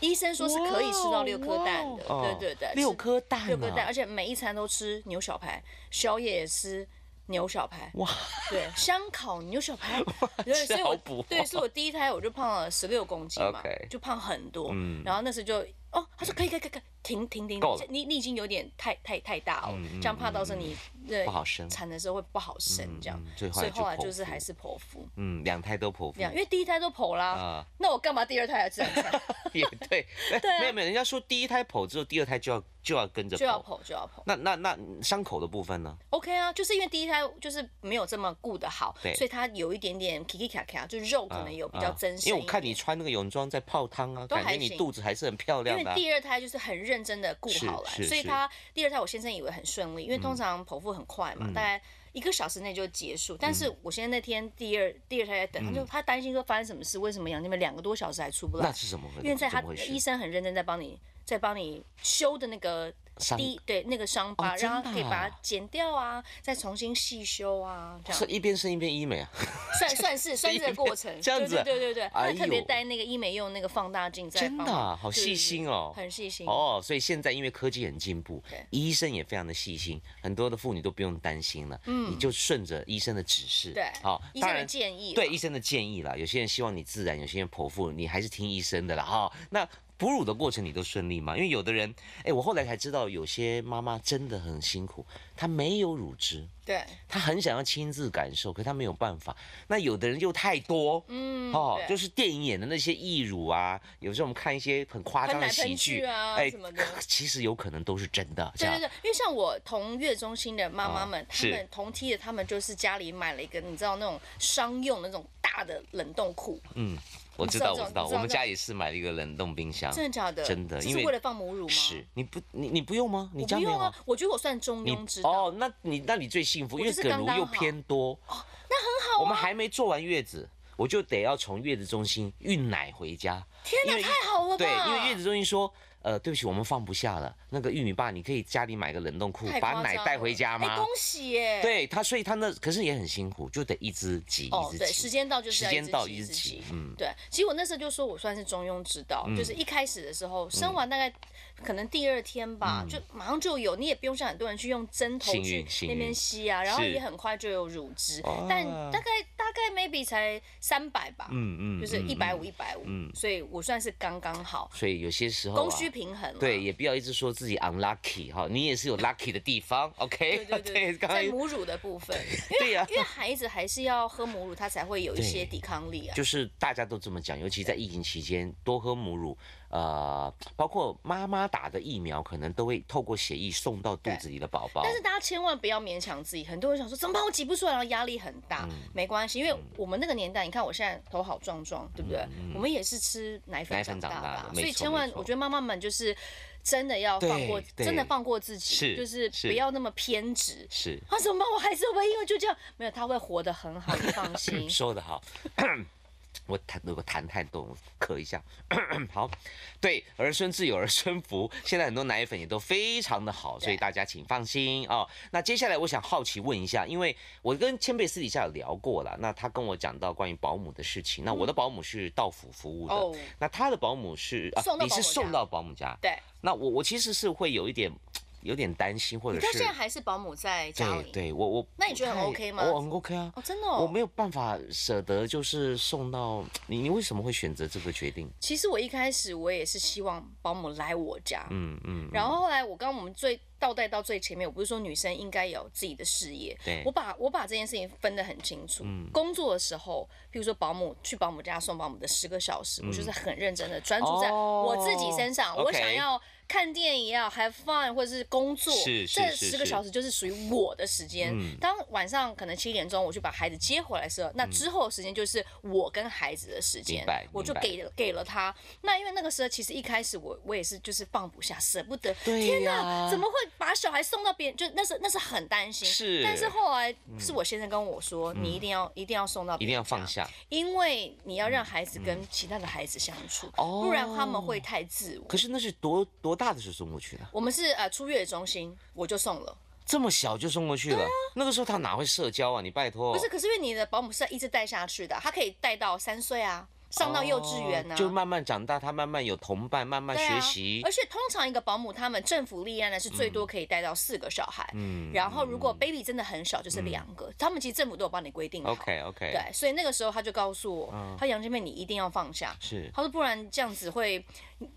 [SPEAKER 2] 医生说是可以吃到六颗蛋的，
[SPEAKER 1] 哇哦
[SPEAKER 2] 对对对，
[SPEAKER 1] 六
[SPEAKER 2] 吃
[SPEAKER 1] 颗蛋啊，
[SPEAKER 2] 六颗蛋，而且每一餐都吃牛小排，宵夜也吃。牛小排，
[SPEAKER 1] 哇，
[SPEAKER 2] 对，香烤牛小排，对，所以
[SPEAKER 1] 好
[SPEAKER 2] 我
[SPEAKER 1] 补哦
[SPEAKER 2] 对，所以我第一胎我就胖了十六公斤嘛
[SPEAKER 1] OK
[SPEAKER 2] 就胖很多。
[SPEAKER 1] 嗯
[SPEAKER 2] 然后那时就，哦，他说可以可以可以可以，停停停
[SPEAKER 1] 够了，
[SPEAKER 2] 你你已经有点太太太大了，
[SPEAKER 1] 嗯嗯
[SPEAKER 2] 这样怕到时候你对
[SPEAKER 1] 不好生。
[SPEAKER 2] 产的时候会不好生这样
[SPEAKER 1] 嗯嗯，所以后
[SPEAKER 2] 所
[SPEAKER 1] 来
[SPEAKER 2] 以后来
[SPEAKER 1] 就
[SPEAKER 2] 就是
[SPEAKER 1] 剖腹
[SPEAKER 2] 还是剖腹，
[SPEAKER 1] 嗯，两胎都剖腹
[SPEAKER 2] 这样，因为第一胎都剖啦，
[SPEAKER 1] 啊，
[SPEAKER 2] 那我干嘛第二胎 还自然产？
[SPEAKER 1] 也对，哎
[SPEAKER 2] 对啊
[SPEAKER 1] 没有没有，人家说第一胎剖之后，第二胎就要就要跟着
[SPEAKER 2] 就要
[SPEAKER 1] 剖。
[SPEAKER 2] 剖就要剖
[SPEAKER 1] 那那那伤口的部分呢？
[SPEAKER 2] ，OK 啊，就是因为第一胎就是没有这么顾得好
[SPEAKER 1] 对，嗯
[SPEAKER 2] 所以它有一点点 kiki 卡卡，就肉可能有比较增生一点。
[SPEAKER 1] 啊因为我看你穿那个泳装在泡汤啊，
[SPEAKER 2] 都
[SPEAKER 1] 感觉
[SPEAKER 2] 还
[SPEAKER 1] 你
[SPEAKER 2] 行
[SPEAKER 1] 肚子还是很漂
[SPEAKER 2] 因
[SPEAKER 1] 亮
[SPEAKER 2] 为
[SPEAKER 1] 的啊。
[SPEAKER 2] 第二胎就是很认真的顾好了，
[SPEAKER 1] 是是嗯
[SPEAKER 2] 所以他第二胎我先生以为很顺利，因为通常剖腹很快嘛，大概一个小时内就结束。但
[SPEAKER 1] 嗯
[SPEAKER 2] 是我先生那天第二第二胎在等，他就他担心说发生什么事，为什么养那边两个多小时还出不来
[SPEAKER 1] 那？是怎么回事？
[SPEAKER 2] 因为在他
[SPEAKER 1] 怎么回事
[SPEAKER 2] 医生很认真在帮你在帮你修的那个
[SPEAKER 1] 伤
[SPEAKER 2] 第对那个伤疤，
[SPEAKER 1] 哦真的
[SPEAKER 2] 然
[SPEAKER 1] 啊
[SPEAKER 2] 后可以把它剪掉啊，再重新细修啊，这样
[SPEAKER 1] 是一边生一边医美啊，
[SPEAKER 2] 算算是算是这个过程，
[SPEAKER 1] 这样子
[SPEAKER 2] 对对对对对，
[SPEAKER 1] 哎
[SPEAKER 2] 他
[SPEAKER 1] 呦
[SPEAKER 2] 特别带那个医美用那个放大镜在
[SPEAKER 1] 真
[SPEAKER 2] 帮
[SPEAKER 1] 的
[SPEAKER 2] 忙，
[SPEAKER 1] 啊好
[SPEAKER 2] 对
[SPEAKER 1] 细心哦
[SPEAKER 2] 对对很细心
[SPEAKER 1] 哦，所以现在因为科技很进步
[SPEAKER 2] 对，
[SPEAKER 1] 医生也非常的细心，很多的妇女都不用担心了，你就顺着医生的指示，
[SPEAKER 2] 嗯对，
[SPEAKER 1] 好，
[SPEAKER 2] 医
[SPEAKER 1] 当
[SPEAKER 2] 生的
[SPEAKER 1] 然。
[SPEAKER 2] 建议啦，
[SPEAKER 1] 对医生的建议啦，有些人希望你自然，有些人剖腹，你还是听医生的啦哈、那哺乳的过程你都顺利吗？因为有的人，哎，我后来才知道，有些妈妈真的很辛苦，她没有乳汁，
[SPEAKER 2] 对，
[SPEAKER 1] 她很想要亲自感受，可她没有办法。那有的人又太多，
[SPEAKER 2] 嗯，
[SPEAKER 1] 哦，
[SPEAKER 2] 对
[SPEAKER 1] 就是电影演的那些义乳啊，有时候我们看一些很夸张的
[SPEAKER 2] 喷来
[SPEAKER 1] 喜
[SPEAKER 2] 喷
[SPEAKER 1] 剧，
[SPEAKER 2] 去啊什么的
[SPEAKER 1] 其实有可能都是真的，这
[SPEAKER 2] 对
[SPEAKER 1] 样
[SPEAKER 2] 对对，因为像我同月中心的妈妈们，
[SPEAKER 1] 啊
[SPEAKER 2] 她们
[SPEAKER 1] 是
[SPEAKER 2] 同梯的，她们就是家里买了一个，你知道那种商用的那种大的冷冻库，
[SPEAKER 1] 啊我知道，我
[SPEAKER 2] 你知道
[SPEAKER 1] 知道，
[SPEAKER 2] 你知道
[SPEAKER 1] 我们家也是买了一个冷冻冰箱，
[SPEAKER 2] 真的假的？
[SPEAKER 1] 真的
[SPEAKER 2] 这
[SPEAKER 1] 因
[SPEAKER 2] 是
[SPEAKER 1] 为
[SPEAKER 2] 为了放母乳吗？
[SPEAKER 1] 是，你不你你不用吗？你
[SPEAKER 2] 我不
[SPEAKER 1] 家没有
[SPEAKER 2] 用
[SPEAKER 1] 啊
[SPEAKER 2] 啊？，我觉得我算中
[SPEAKER 1] 你
[SPEAKER 2] 庸之道，
[SPEAKER 1] 哦，那你那你最幸福，因为
[SPEAKER 2] 就是
[SPEAKER 1] 梗
[SPEAKER 2] 刚
[SPEAKER 1] 如
[SPEAKER 2] 刚
[SPEAKER 1] 又
[SPEAKER 2] 好
[SPEAKER 1] 偏多，哦，那
[SPEAKER 2] 啊
[SPEAKER 1] 很好。我们还没做完月子，我就得要从月子中心运奶回家，
[SPEAKER 2] 天
[SPEAKER 1] 因
[SPEAKER 2] 哪，
[SPEAKER 1] 为
[SPEAKER 2] 太好了吧？
[SPEAKER 1] 对，因为月子中心说，呃，对不起，我们放不下了，那个玉米爸，你可以家里买个冷冻库
[SPEAKER 2] 太，夸
[SPEAKER 1] 把
[SPEAKER 2] 张
[SPEAKER 1] 奶带回家
[SPEAKER 2] 了哎，
[SPEAKER 1] 吗？
[SPEAKER 2] 恭喜耶！。
[SPEAKER 1] 对他，所以他那可是也很辛苦，就得一直挤，
[SPEAKER 2] 哦，
[SPEAKER 1] 一直
[SPEAKER 2] 对，
[SPEAKER 1] 挤。
[SPEAKER 2] 时间到就是要
[SPEAKER 1] 时
[SPEAKER 2] 一
[SPEAKER 1] 间
[SPEAKER 2] 直
[SPEAKER 1] 到
[SPEAKER 2] 挤
[SPEAKER 1] 一直
[SPEAKER 2] 直
[SPEAKER 1] 挤
[SPEAKER 2] 挤
[SPEAKER 1] 嗯
[SPEAKER 2] 对。其实我那时候就说我算是中庸之道，就是一开始的时候
[SPEAKER 1] 嗯
[SPEAKER 2] 生完大概可能第二天吧，就马上就有，你也不用像很多人去用针头
[SPEAKER 1] 幸
[SPEAKER 2] 去
[SPEAKER 1] 运幸
[SPEAKER 2] 那边
[SPEAKER 1] 运
[SPEAKER 2] 吸啊，然后
[SPEAKER 1] 是
[SPEAKER 2] 也很快就有乳汁
[SPEAKER 1] 哦，
[SPEAKER 2] 但大概大概 maybe 才三百吧，
[SPEAKER 1] 嗯
[SPEAKER 2] 就是一百。五
[SPEAKER 1] 嗯
[SPEAKER 2] 一百五
[SPEAKER 1] 嗯，
[SPEAKER 2] 所以我算是刚刚好，
[SPEAKER 1] 所以有些时候、啊，
[SPEAKER 2] 供需平衡。
[SPEAKER 1] 对，。也不要一直说自己 unlucky 哈，你也是有 lucky 的地方，OK？
[SPEAKER 2] 对对 对，
[SPEAKER 1] 刚
[SPEAKER 2] 在
[SPEAKER 1] 刚
[SPEAKER 2] 母乳的部分，
[SPEAKER 1] 对呀、
[SPEAKER 2] 因为孩子还是要喝母乳，他才会有一些
[SPEAKER 1] 对
[SPEAKER 2] 抵抗力啊。
[SPEAKER 1] 就是大家都这么讲，尤其在疫情期间，多喝母乳，呃，包括妈妈打的疫苗，可能都会透过血液送到肚子里的宝宝。
[SPEAKER 2] 但是大家千万不要勉强自己。很多人想说怎么办，我挤不出来，然后压力很大。
[SPEAKER 1] 嗯
[SPEAKER 2] 没关系，因为我们那个年代，你看我现在头好壮壮，对不对？我们也是吃奶
[SPEAKER 1] 嗯
[SPEAKER 2] 粉
[SPEAKER 1] 奶粉
[SPEAKER 2] 大
[SPEAKER 1] 长大
[SPEAKER 2] 吧，
[SPEAKER 1] 的没
[SPEAKER 2] 所以
[SPEAKER 1] 错
[SPEAKER 2] 千万
[SPEAKER 1] 没，错
[SPEAKER 2] 我觉得妈妈们就是真的要放过，
[SPEAKER 1] 对
[SPEAKER 2] 真的
[SPEAKER 1] 对
[SPEAKER 2] 放过自己，
[SPEAKER 1] 是
[SPEAKER 2] 就是
[SPEAKER 1] 是
[SPEAKER 2] 不要那么偏执。
[SPEAKER 1] 是
[SPEAKER 2] 啊，怎么办？我孩子会不会因为就这样？没有，他会活得很好，你放 心。
[SPEAKER 1] 说的好， 我痰如果痰太多，我咳一下。 好，对，儿孙自有儿孙福，现在很多奶粉也都非常的好，所以
[SPEAKER 2] 对
[SPEAKER 1] 大家请放心哦。那接下来我想好奇问一下，因为我跟千贝私底下有聊过了，那他跟我讲到关于保姆的事情，那我的保姆是到府服务的，
[SPEAKER 2] 嗯哦
[SPEAKER 1] 那他的保姆是啊
[SPEAKER 2] 送，到
[SPEAKER 1] 你
[SPEAKER 2] 保
[SPEAKER 1] 是
[SPEAKER 2] 姆
[SPEAKER 1] 送
[SPEAKER 2] 家
[SPEAKER 1] 到保姆家，
[SPEAKER 2] 对，
[SPEAKER 1] 那我我其实是会有一点有点担心，或
[SPEAKER 2] 你
[SPEAKER 1] 者
[SPEAKER 2] 到
[SPEAKER 1] 是
[SPEAKER 2] 现在还是保姆在家
[SPEAKER 1] 对
[SPEAKER 2] 里。
[SPEAKER 1] 对，我我
[SPEAKER 2] 那你觉得很
[SPEAKER 1] 不太
[SPEAKER 2] OK 吗
[SPEAKER 1] 我很 OK 啊，
[SPEAKER 2] 哦，真的、哦。
[SPEAKER 1] 我没有办法舍得，就是送到你，你为什么会选择这个决定？
[SPEAKER 2] 其实我一开始我也是希望保姆来我家，
[SPEAKER 1] 嗯嗯，
[SPEAKER 2] 然后后来我刚我们最倒带到最前面，我不是说女生应该有自己的事业，
[SPEAKER 1] 对嗯
[SPEAKER 2] 我把我把这件事情分得很清楚。工作的时候，譬如说保姆去保姆家送保姆的十个小时，我就是很认真的专注在
[SPEAKER 1] 嗯哦
[SPEAKER 2] 我自己身上，我
[SPEAKER 1] OK
[SPEAKER 2] 想要看电影也好，have fun，或者是工作，
[SPEAKER 1] 是是
[SPEAKER 2] 这
[SPEAKER 1] 是
[SPEAKER 2] 十个
[SPEAKER 1] 是
[SPEAKER 2] 小时就是属于我的时间。
[SPEAKER 1] 嗯
[SPEAKER 2] 当晚上可能七点钟我去把孩子接回来的时候，那之后的时间就是我跟孩子的时间
[SPEAKER 1] 明白，
[SPEAKER 2] 我就
[SPEAKER 1] 明白
[SPEAKER 2] 给了给了他。那因为那个时候其实一开始我我也是就是放不下，舍不得，
[SPEAKER 1] 对
[SPEAKER 2] 天
[SPEAKER 1] 呀
[SPEAKER 2] 哪，怎么会把小孩送到别人？就那时候那是很担心，
[SPEAKER 1] 是嗯
[SPEAKER 2] 但是后来是我先生跟我说，你一定要一定要送到，
[SPEAKER 1] 一定要放。下。嗯
[SPEAKER 2] 因为你要让孩子跟其他的孩子相处，
[SPEAKER 1] 哦
[SPEAKER 2] 不然他们会太自我
[SPEAKER 1] 可。是那是多多大的时候送过去的？
[SPEAKER 2] 我们是呃出月子中心，我就送了。
[SPEAKER 1] 这么小就送过去了？那个时候他哪会社交啊？你拜托，
[SPEAKER 2] 啊不是，可是因为你的保姆是要一直带下去的，他可以带到三岁啊，上到幼稚园啊。
[SPEAKER 1] 哦就慢慢长大，他慢慢有同伴，慢慢
[SPEAKER 2] 对
[SPEAKER 1] 学
[SPEAKER 2] 啊
[SPEAKER 1] 习。
[SPEAKER 2] 而且通常一个保姆，他们政府立案呢是最多可以带到四个小孩，
[SPEAKER 1] 嗯
[SPEAKER 2] 然后如果 baby 真的很小就是两个，他们其实政府都有帮你规定好。
[SPEAKER 1] ，OK OK，
[SPEAKER 2] 对，所以那个时候他就告诉我，他杨金妹你一定要放下，
[SPEAKER 1] 嗯是
[SPEAKER 2] 他说不然这样子会，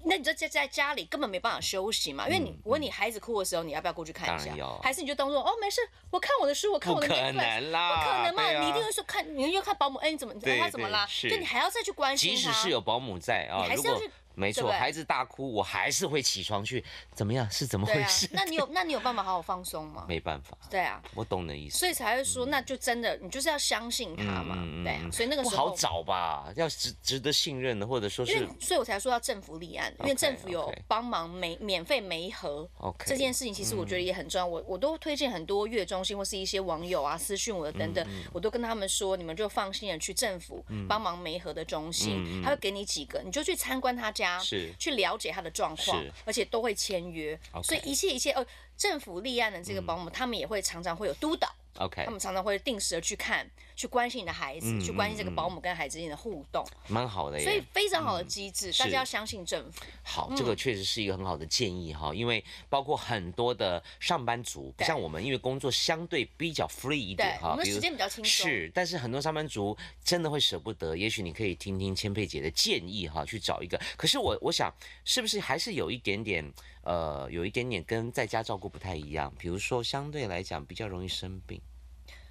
[SPEAKER 2] 那你就在在家里根本没办法休息嘛，因为你我问你孩子哭的时候，你要不要过去看一
[SPEAKER 1] 嗯当然
[SPEAKER 2] 下
[SPEAKER 1] 要？
[SPEAKER 2] 还是你就当做哦没事，我看我的书，我看
[SPEAKER 1] 不
[SPEAKER 2] 我的
[SPEAKER 1] 可
[SPEAKER 2] Netflix。
[SPEAKER 1] 能
[SPEAKER 2] 不
[SPEAKER 1] 啦，
[SPEAKER 2] 可能嘛？
[SPEAKER 1] 对啊
[SPEAKER 2] 你一定会说看，你又看保姆，哎，你怎么，
[SPEAKER 1] 对
[SPEAKER 2] 哎他怎么啦
[SPEAKER 1] 对？是
[SPEAKER 2] 就你还要再去关心
[SPEAKER 1] 即
[SPEAKER 2] 他。
[SPEAKER 1] 使是有保姆在啊
[SPEAKER 2] 啊你，还
[SPEAKER 1] 如
[SPEAKER 2] 是要
[SPEAKER 1] 果
[SPEAKER 2] 去
[SPEAKER 1] 没
[SPEAKER 2] 对
[SPEAKER 1] 错，
[SPEAKER 2] 不对
[SPEAKER 1] 孩子大哭，我还是会起床去，怎么样？是怎么
[SPEAKER 2] 对
[SPEAKER 1] 回
[SPEAKER 2] 啊
[SPEAKER 1] 事，？
[SPEAKER 2] 那你有那你有办法好好放松吗？
[SPEAKER 1] 没办法，
[SPEAKER 2] 对啊，
[SPEAKER 1] 我懂你的意思。
[SPEAKER 2] 所以才会说，那就真的你就是要相信他嘛，
[SPEAKER 1] 嗯嗯嗯
[SPEAKER 2] 对啊，所以那个
[SPEAKER 1] 不
[SPEAKER 2] 时
[SPEAKER 1] 好
[SPEAKER 2] 候。
[SPEAKER 1] 找吧？要值值得信任的，或者说
[SPEAKER 2] 因
[SPEAKER 1] 是
[SPEAKER 2] 为，所以我才说要政府立案，因为
[SPEAKER 1] OK，
[SPEAKER 2] 政府有
[SPEAKER 1] OK
[SPEAKER 2] 帮忙媒免费媒合
[SPEAKER 1] OK，嗯
[SPEAKER 2] 这件事情，其实我觉得也很重要。我我都推荐很多月中心或是一些网友啊私讯我的等等，
[SPEAKER 1] 嗯
[SPEAKER 2] 我都跟他们说，你们就放心的去政府帮忙媒合的中
[SPEAKER 1] 嗯
[SPEAKER 2] 心，
[SPEAKER 1] 嗯
[SPEAKER 2] 他会给你几个，你就去参观他家，
[SPEAKER 1] 是
[SPEAKER 2] 去了解他的状况
[SPEAKER 1] 是，
[SPEAKER 2] 而且都会签约，
[SPEAKER 1] OK 嗯
[SPEAKER 2] 所以一切一切哦，政府立案的这个保姆，他们也会常常会有督导。
[SPEAKER 1] OK，
[SPEAKER 2] 他们常常会定时的去看，去关心你的孩子，
[SPEAKER 1] 嗯
[SPEAKER 2] 去关心这个保姆跟孩子之间的互动，
[SPEAKER 1] 蛮好的耶。
[SPEAKER 2] 所以非常好的机制，
[SPEAKER 1] 嗯
[SPEAKER 2] 大
[SPEAKER 1] 是
[SPEAKER 2] 家要相信政府。
[SPEAKER 1] 好，这
[SPEAKER 2] 嗯
[SPEAKER 1] 个确实是一个很好的建议哈，因为包括很多的上班族，不
[SPEAKER 2] 对
[SPEAKER 1] 像我们，因为工作相对比较 free 一
[SPEAKER 2] 对
[SPEAKER 1] 点，
[SPEAKER 2] 我
[SPEAKER 1] 哈，
[SPEAKER 2] 们的
[SPEAKER 1] 比如
[SPEAKER 2] 时间比较轻松。
[SPEAKER 1] 是，但是很多上班族真的会舍不得，也许你可以听听千佩姐的建议哈，去找一个。可是我我想，是不是还是有一点点呃，有一点点跟在家照顾不太一样？比如说，相对来讲比较容易生病，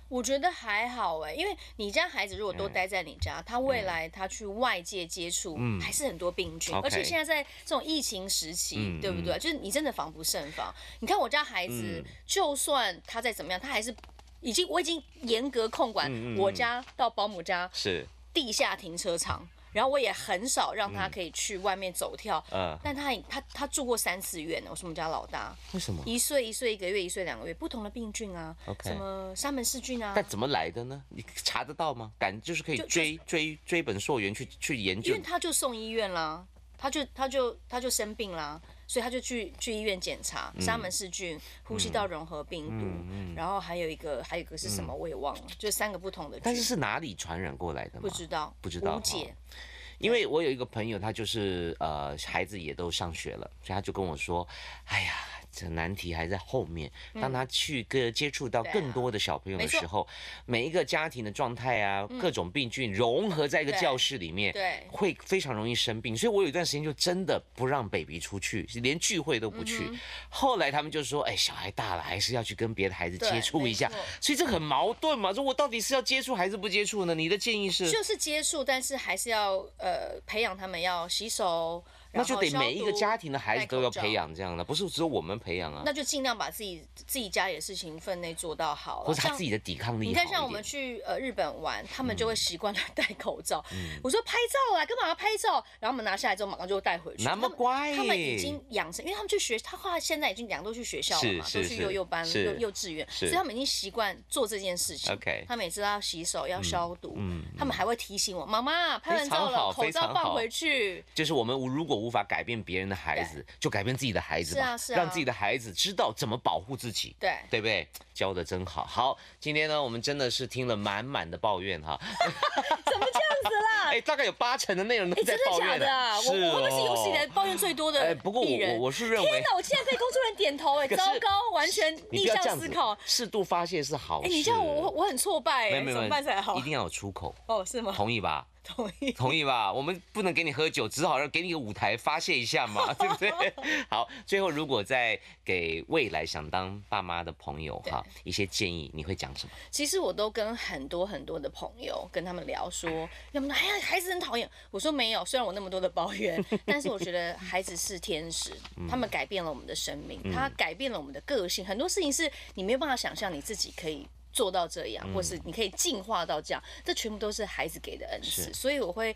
[SPEAKER 2] 我觉得还好哎、因为你家孩子如果都待在你家，他未来他去外界接触，
[SPEAKER 1] 嗯
[SPEAKER 2] 还是很多病菌，
[SPEAKER 1] OK
[SPEAKER 2] 而且现在在这种疫情时期，
[SPEAKER 1] 嗯
[SPEAKER 2] 对不对？就是你真的防不胜防。你看我家孩子，
[SPEAKER 1] 嗯
[SPEAKER 2] 就算他再怎么样，他还是已经我已经严格控管
[SPEAKER 1] 嗯嗯嗯
[SPEAKER 2] 我家到保姆家
[SPEAKER 1] 是，
[SPEAKER 2] 地下停车场，然后我也很少让
[SPEAKER 1] 嗯
[SPEAKER 2] 他可以去外面走跳。
[SPEAKER 1] 呃，
[SPEAKER 2] 但他他他住过三次院呢，我是我们家老大，
[SPEAKER 1] 为什么？
[SPEAKER 2] 一岁一岁一个月，一岁两个月，不同的病菌啊
[SPEAKER 1] OK
[SPEAKER 2] 什么沙门氏菌啊，
[SPEAKER 1] 哎但怎么来的呢？你查得到吗？敢就是可以
[SPEAKER 2] 就就
[SPEAKER 1] 追追追本溯源去去研
[SPEAKER 2] 因
[SPEAKER 1] 究
[SPEAKER 2] 为他就送医院啦，他就他就他就生病啦，所以他就去去医院检查
[SPEAKER 1] 嗯
[SPEAKER 2] 沙门氏菌、呼吸道融合病毒，然后还有一个还有一个是什么我也忘了，就三个不同的
[SPEAKER 1] 嗯但
[SPEAKER 2] 菌
[SPEAKER 1] 是，是哪里传染过来的吗？
[SPEAKER 2] 不知道
[SPEAKER 1] 不知道
[SPEAKER 2] 无解，
[SPEAKER 1] 因为我有一个朋友，他就是呃，孩子也都上学了，所以他就跟我说：“哎呀，这难题还在后面。”
[SPEAKER 2] 嗯
[SPEAKER 1] 当他去跟接触到
[SPEAKER 2] 对啊
[SPEAKER 1] 更多的小朋友的
[SPEAKER 2] 没错
[SPEAKER 1] 时候，每一个家庭的状态啊，各种病菌融合在一个
[SPEAKER 2] 嗯对
[SPEAKER 1] 教室里面，
[SPEAKER 2] 对。
[SPEAKER 1] 会非常容易生病。所以我有一段时间就真的不让 baby 出去，连聚会都不
[SPEAKER 2] 嗯
[SPEAKER 1] 去。后来他们就说：“哎，小孩大了，还是要去跟别的孩子
[SPEAKER 2] 对
[SPEAKER 1] 接触一下
[SPEAKER 2] 没错。”
[SPEAKER 1] 所以这很矛盾嘛，说我到底是要接触还是不接触呢？你的建议是？
[SPEAKER 2] 就是接触，但是还是要呃培养他们要洗手，
[SPEAKER 1] 那就得
[SPEAKER 2] 然后消
[SPEAKER 1] 每一个
[SPEAKER 2] 毒
[SPEAKER 1] 家庭的孩子都要
[SPEAKER 2] 戴口罩
[SPEAKER 1] 培养这样的，不是只有我们培养啊，
[SPEAKER 2] 那就尽量把自己自己家里的事情分内做到好了。
[SPEAKER 1] 或者他
[SPEAKER 2] 像
[SPEAKER 1] 自己的抵抗力好一
[SPEAKER 2] 你
[SPEAKER 1] 点。嗯
[SPEAKER 2] 看，像我们去呃日本玩，他们就会习惯的 戴口罩。我说拍照啊，干嘛要拍照？然后我们拿下来之后，马上就带回去。
[SPEAKER 1] 那么乖
[SPEAKER 2] 他们他们已经养成，因为他们去学，他后来现在已经两个都去学校了嘛，
[SPEAKER 1] 是
[SPEAKER 2] 都
[SPEAKER 1] 是
[SPEAKER 2] 去
[SPEAKER 1] 是
[SPEAKER 2] 幼幼班、
[SPEAKER 1] 是
[SPEAKER 2] 幼幼稚园，
[SPEAKER 1] 是
[SPEAKER 2] 所以他们已经习惯做这件事情。
[SPEAKER 1] OK
[SPEAKER 2] 他们也知道要洗手、要消毒，
[SPEAKER 1] 嗯嗯
[SPEAKER 2] 他们还会提醒我妈妈拍完照
[SPEAKER 1] 非常好
[SPEAKER 2] 了，口
[SPEAKER 1] 非常
[SPEAKER 2] 罩
[SPEAKER 1] 好
[SPEAKER 2] 放回去。
[SPEAKER 1] 就是我们如果无法改变别人的孩子，就改变自己的孩子吧，
[SPEAKER 2] 是啊是啊
[SPEAKER 1] 让自己的孩子知道怎么保护自己。
[SPEAKER 2] 对。
[SPEAKER 1] 对不对？教的真好。好，今天呢，我们真的是听了满满的抱怨哈。
[SPEAKER 2] 怎么这样子啦？
[SPEAKER 1] 哎，大概有八成的内容都
[SPEAKER 2] 啊哎、
[SPEAKER 1] 在
[SPEAKER 2] 真的
[SPEAKER 1] 抱
[SPEAKER 2] 假
[SPEAKER 1] 怨
[SPEAKER 2] 的啊？我我会不会是有史以来
[SPEAKER 1] 哦
[SPEAKER 2] 抱怨最多的艺
[SPEAKER 1] 哎，
[SPEAKER 2] 人？
[SPEAKER 1] 不过我我我是认
[SPEAKER 2] 天
[SPEAKER 1] 为，
[SPEAKER 2] 哪！我竟然被工作人员点头 哎、
[SPEAKER 1] 可是
[SPEAKER 2] 糟糕，完全
[SPEAKER 1] 你
[SPEAKER 2] 逆
[SPEAKER 1] 不要这
[SPEAKER 2] 向
[SPEAKER 1] 样
[SPEAKER 2] 思
[SPEAKER 1] 子
[SPEAKER 2] 考。，
[SPEAKER 1] 适度发泄是好
[SPEAKER 2] 哎、
[SPEAKER 1] 事。
[SPEAKER 2] 你这样我我我很挫败哎、
[SPEAKER 1] 没有没有
[SPEAKER 2] 怎么办才好
[SPEAKER 1] 一？定要有出口，
[SPEAKER 2] 哦，是吗？
[SPEAKER 1] 同意吧？
[SPEAKER 2] 同意。
[SPEAKER 1] 同意吧？我们不能给你喝酒，只好让给你个舞台发泄一下 嘛，对不对？好，最后如果再给未来想当爸妈的朋友哈一些建议，你会讲什么？
[SPEAKER 2] 其实我都跟很多很多的朋友跟他们聊说，他们说哎呀孩子很讨厌，我说没有，虽然我那么多的抱 怨，但是我觉得孩子是天使，他们改变了我们的生命，他改变了我们的个性，很多事情是你没有办法想象你自己可以。做到这样，或是你可以进化到这样，这全部都是孩子给的恩赐。所以我会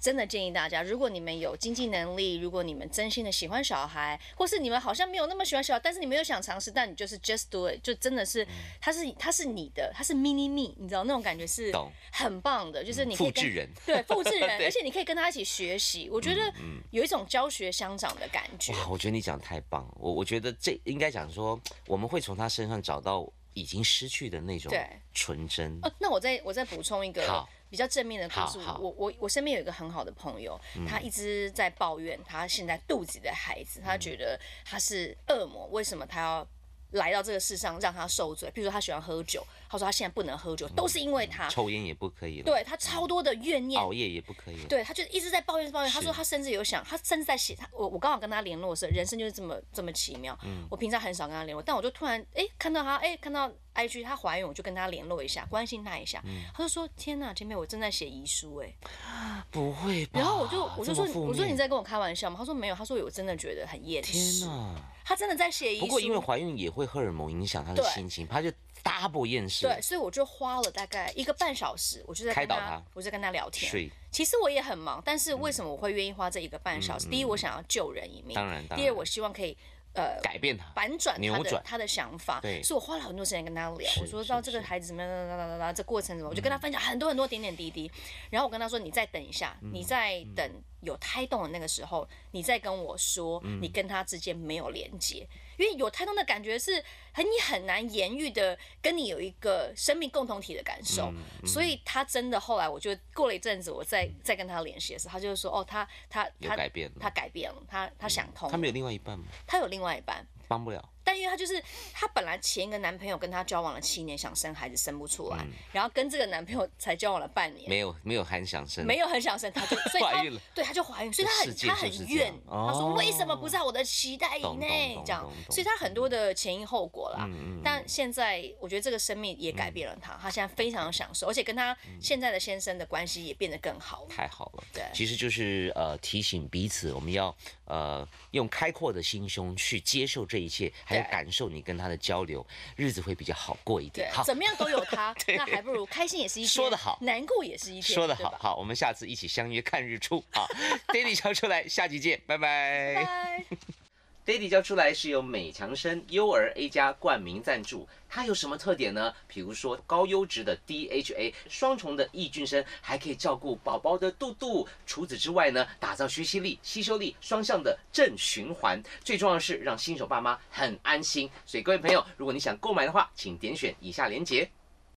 [SPEAKER 2] 真的建议大家，如果你们有经济能力，如果你们真心的喜欢小孩，或是你们好像没有那么喜欢小孩，但是你们又想尝试，但你就是 just do it，就真的
[SPEAKER 1] 嗯
[SPEAKER 2] 是，它是它是你的，它是 mini me，你知道那种感觉是
[SPEAKER 1] 懂嗯
[SPEAKER 2] 很棒的，就是你可以
[SPEAKER 1] 复制
[SPEAKER 2] 跟
[SPEAKER 1] 人
[SPEAKER 2] 对复制 人，
[SPEAKER 1] 对
[SPEAKER 2] 而且你可以跟他一起学习，我觉得
[SPEAKER 1] 嗯
[SPEAKER 2] 有一种教学相长的感觉。
[SPEAKER 1] 哇，我觉得你讲得太棒了，我我觉得这应该讲说，我们会从他身上找到已经失去的那种
[SPEAKER 2] 对
[SPEAKER 1] 纯真。
[SPEAKER 2] 哦，那我再我再补充一个
[SPEAKER 1] 好
[SPEAKER 2] 比较正面的故事
[SPEAKER 1] 好好。嗯
[SPEAKER 2] 我我我身边有一个很好的朋友，他一直在抱怨他现在肚子里的孩子，
[SPEAKER 1] 嗯
[SPEAKER 2] 他觉得他是恶魔，为什么他要？来到这个世上，让他受罪。比如说，他喜欢喝酒，他说他现在不能喝酒，都是因为他。
[SPEAKER 1] 抽烟也不可以了，
[SPEAKER 2] 啊对，他超多的怨念，
[SPEAKER 1] 熬夜也不可以了，
[SPEAKER 2] 对，他就一直在抱怨抱怨。他
[SPEAKER 1] 是
[SPEAKER 2] 说他甚至有想，他甚至在写他我我刚好跟他联络的时候，人生就是这么这么奇妙。
[SPEAKER 1] 嗯
[SPEAKER 2] 我平常很少跟他联络，但我就突然哎、诶看到他哎、诶看到 IG 她怀孕，我就跟他联络一下，关心他一下。
[SPEAKER 1] 嗯
[SPEAKER 2] 他就说天呐，姐妹，我正在写遗书哎、诶
[SPEAKER 1] 不会吧？
[SPEAKER 2] 然后我就我
[SPEAKER 1] 啊这
[SPEAKER 2] 就
[SPEAKER 1] 么
[SPEAKER 2] 说
[SPEAKER 1] 负
[SPEAKER 2] 我说你
[SPEAKER 1] 面
[SPEAKER 2] 在跟我开玩笑吗？他说没有，他说我真的觉得很厌
[SPEAKER 1] 天
[SPEAKER 2] 世。
[SPEAKER 1] 哪！
[SPEAKER 2] 他真的在写遗书。
[SPEAKER 1] 不过因为怀孕也会荷尔蒙影响他的
[SPEAKER 2] 对
[SPEAKER 1] 心情，他就 double 厌世，
[SPEAKER 2] 对，所以我就花了大概一个半小时，我就在
[SPEAKER 1] 开
[SPEAKER 2] 跟
[SPEAKER 1] 导
[SPEAKER 2] 他，
[SPEAKER 1] 他
[SPEAKER 2] 我就在跟他聊天。
[SPEAKER 1] 睡
[SPEAKER 2] 其实我也很忙，但是
[SPEAKER 1] 嗯
[SPEAKER 2] 为什么我会愿意花这一个半小时？第一，我想要救人一命；
[SPEAKER 1] 当然当
[SPEAKER 2] 第二，
[SPEAKER 1] 然
[SPEAKER 2] 我希望可以呃
[SPEAKER 1] 改变他。
[SPEAKER 2] 反转他
[SPEAKER 1] 扭
[SPEAKER 2] 的
[SPEAKER 1] 转
[SPEAKER 2] 他的想法。
[SPEAKER 1] 对
[SPEAKER 2] 所以我花了很多时间跟他聊，
[SPEAKER 1] 是
[SPEAKER 2] 我说
[SPEAKER 1] 是
[SPEAKER 2] 到这个
[SPEAKER 1] 是嗯
[SPEAKER 2] 孩子怎么样，啦啦啦啦，这过程怎么样，我就跟他分享很多很多点点滴滴。然后我跟他说，你再等一下，
[SPEAKER 1] 嗯
[SPEAKER 2] 你再等有胎动的那个时候，你再跟我说，
[SPEAKER 1] 嗯
[SPEAKER 2] 你跟他之间没有连接。因为有胎动的感觉是很你很难言喻的，跟你有一个生命共同体的感
[SPEAKER 1] 嗯
[SPEAKER 2] 受，所以他真的后来，我就过了一阵子，我再再跟他联系的时候，他就说哦，他他
[SPEAKER 1] 有
[SPEAKER 2] 他
[SPEAKER 1] 改变了
[SPEAKER 2] 他改变了，他他想通了，
[SPEAKER 1] 他没有另外一半吗？
[SPEAKER 2] 他有另外一半，
[SPEAKER 1] 帮不了，
[SPEAKER 2] 但因为她就是她本来前一个男朋友跟她交往了七年，想生孩子生不出来，然后跟这个男朋友才交往了半年，
[SPEAKER 1] 嗯没有没有很想生，
[SPEAKER 2] 没有很想生，她就所以
[SPEAKER 1] 怀
[SPEAKER 2] 她
[SPEAKER 1] 孕了
[SPEAKER 2] 对她就怀孕，所以她
[SPEAKER 1] 世
[SPEAKER 2] 很
[SPEAKER 1] 界
[SPEAKER 2] 她
[SPEAKER 1] 就是
[SPEAKER 2] 很
[SPEAKER 1] 这样
[SPEAKER 2] 怨，她说
[SPEAKER 1] 哦
[SPEAKER 2] 为什么不在我的期待以
[SPEAKER 1] 懂
[SPEAKER 2] 内
[SPEAKER 1] 懂嗯
[SPEAKER 2] 这样
[SPEAKER 1] 懂，懂
[SPEAKER 2] 所以她很多的前因后果啦。但现在我觉得这个生命也改变了
[SPEAKER 1] 嗯
[SPEAKER 2] 她，她现在非常享受，而且跟她现在的先生的关系也变得更好了。
[SPEAKER 1] 太好了。
[SPEAKER 2] 对
[SPEAKER 1] 其实就是呃提醒彼此，我们要呃用开阔的心胸去接受这一切，还有
[SPEAKER 2] 对
[SPEAKER 1] 感受你跟他的交流，日子会比较好过一
[SPEAKER 2] 对
[SPEAKER 1] 点。好，，
[SPEAKER 2] 怎么样都有 她，那还不如开心也是一天，
[SPEAKER 1] 说得好
[SPEAKER 2] 难过也是一天，
[SPEAKER 1] 说的
[SPEAKER 2] 对
[SPEAKER 1] 好
[SPEAKER 2] 吧，
[SPEAKER 1] 好，我们下次一起相约看日出啊！Daddy 笑出来，下集见，拜拜。
[SPEAKER 2] 拜。
[SPEAKER 1] Daddy 教出来是由美强生优儿 A 加冠名赞助，它有什么特点呢？比如说高优质的 DHA 双重的抑菌生，还可以照顾宝宝的肚肚。除此之外呢，打造学习力、吸收力双向的正循环。最重要的是让新手爸妈很安心。所以各位朋友，如果你想购买的话，请点选以下链接。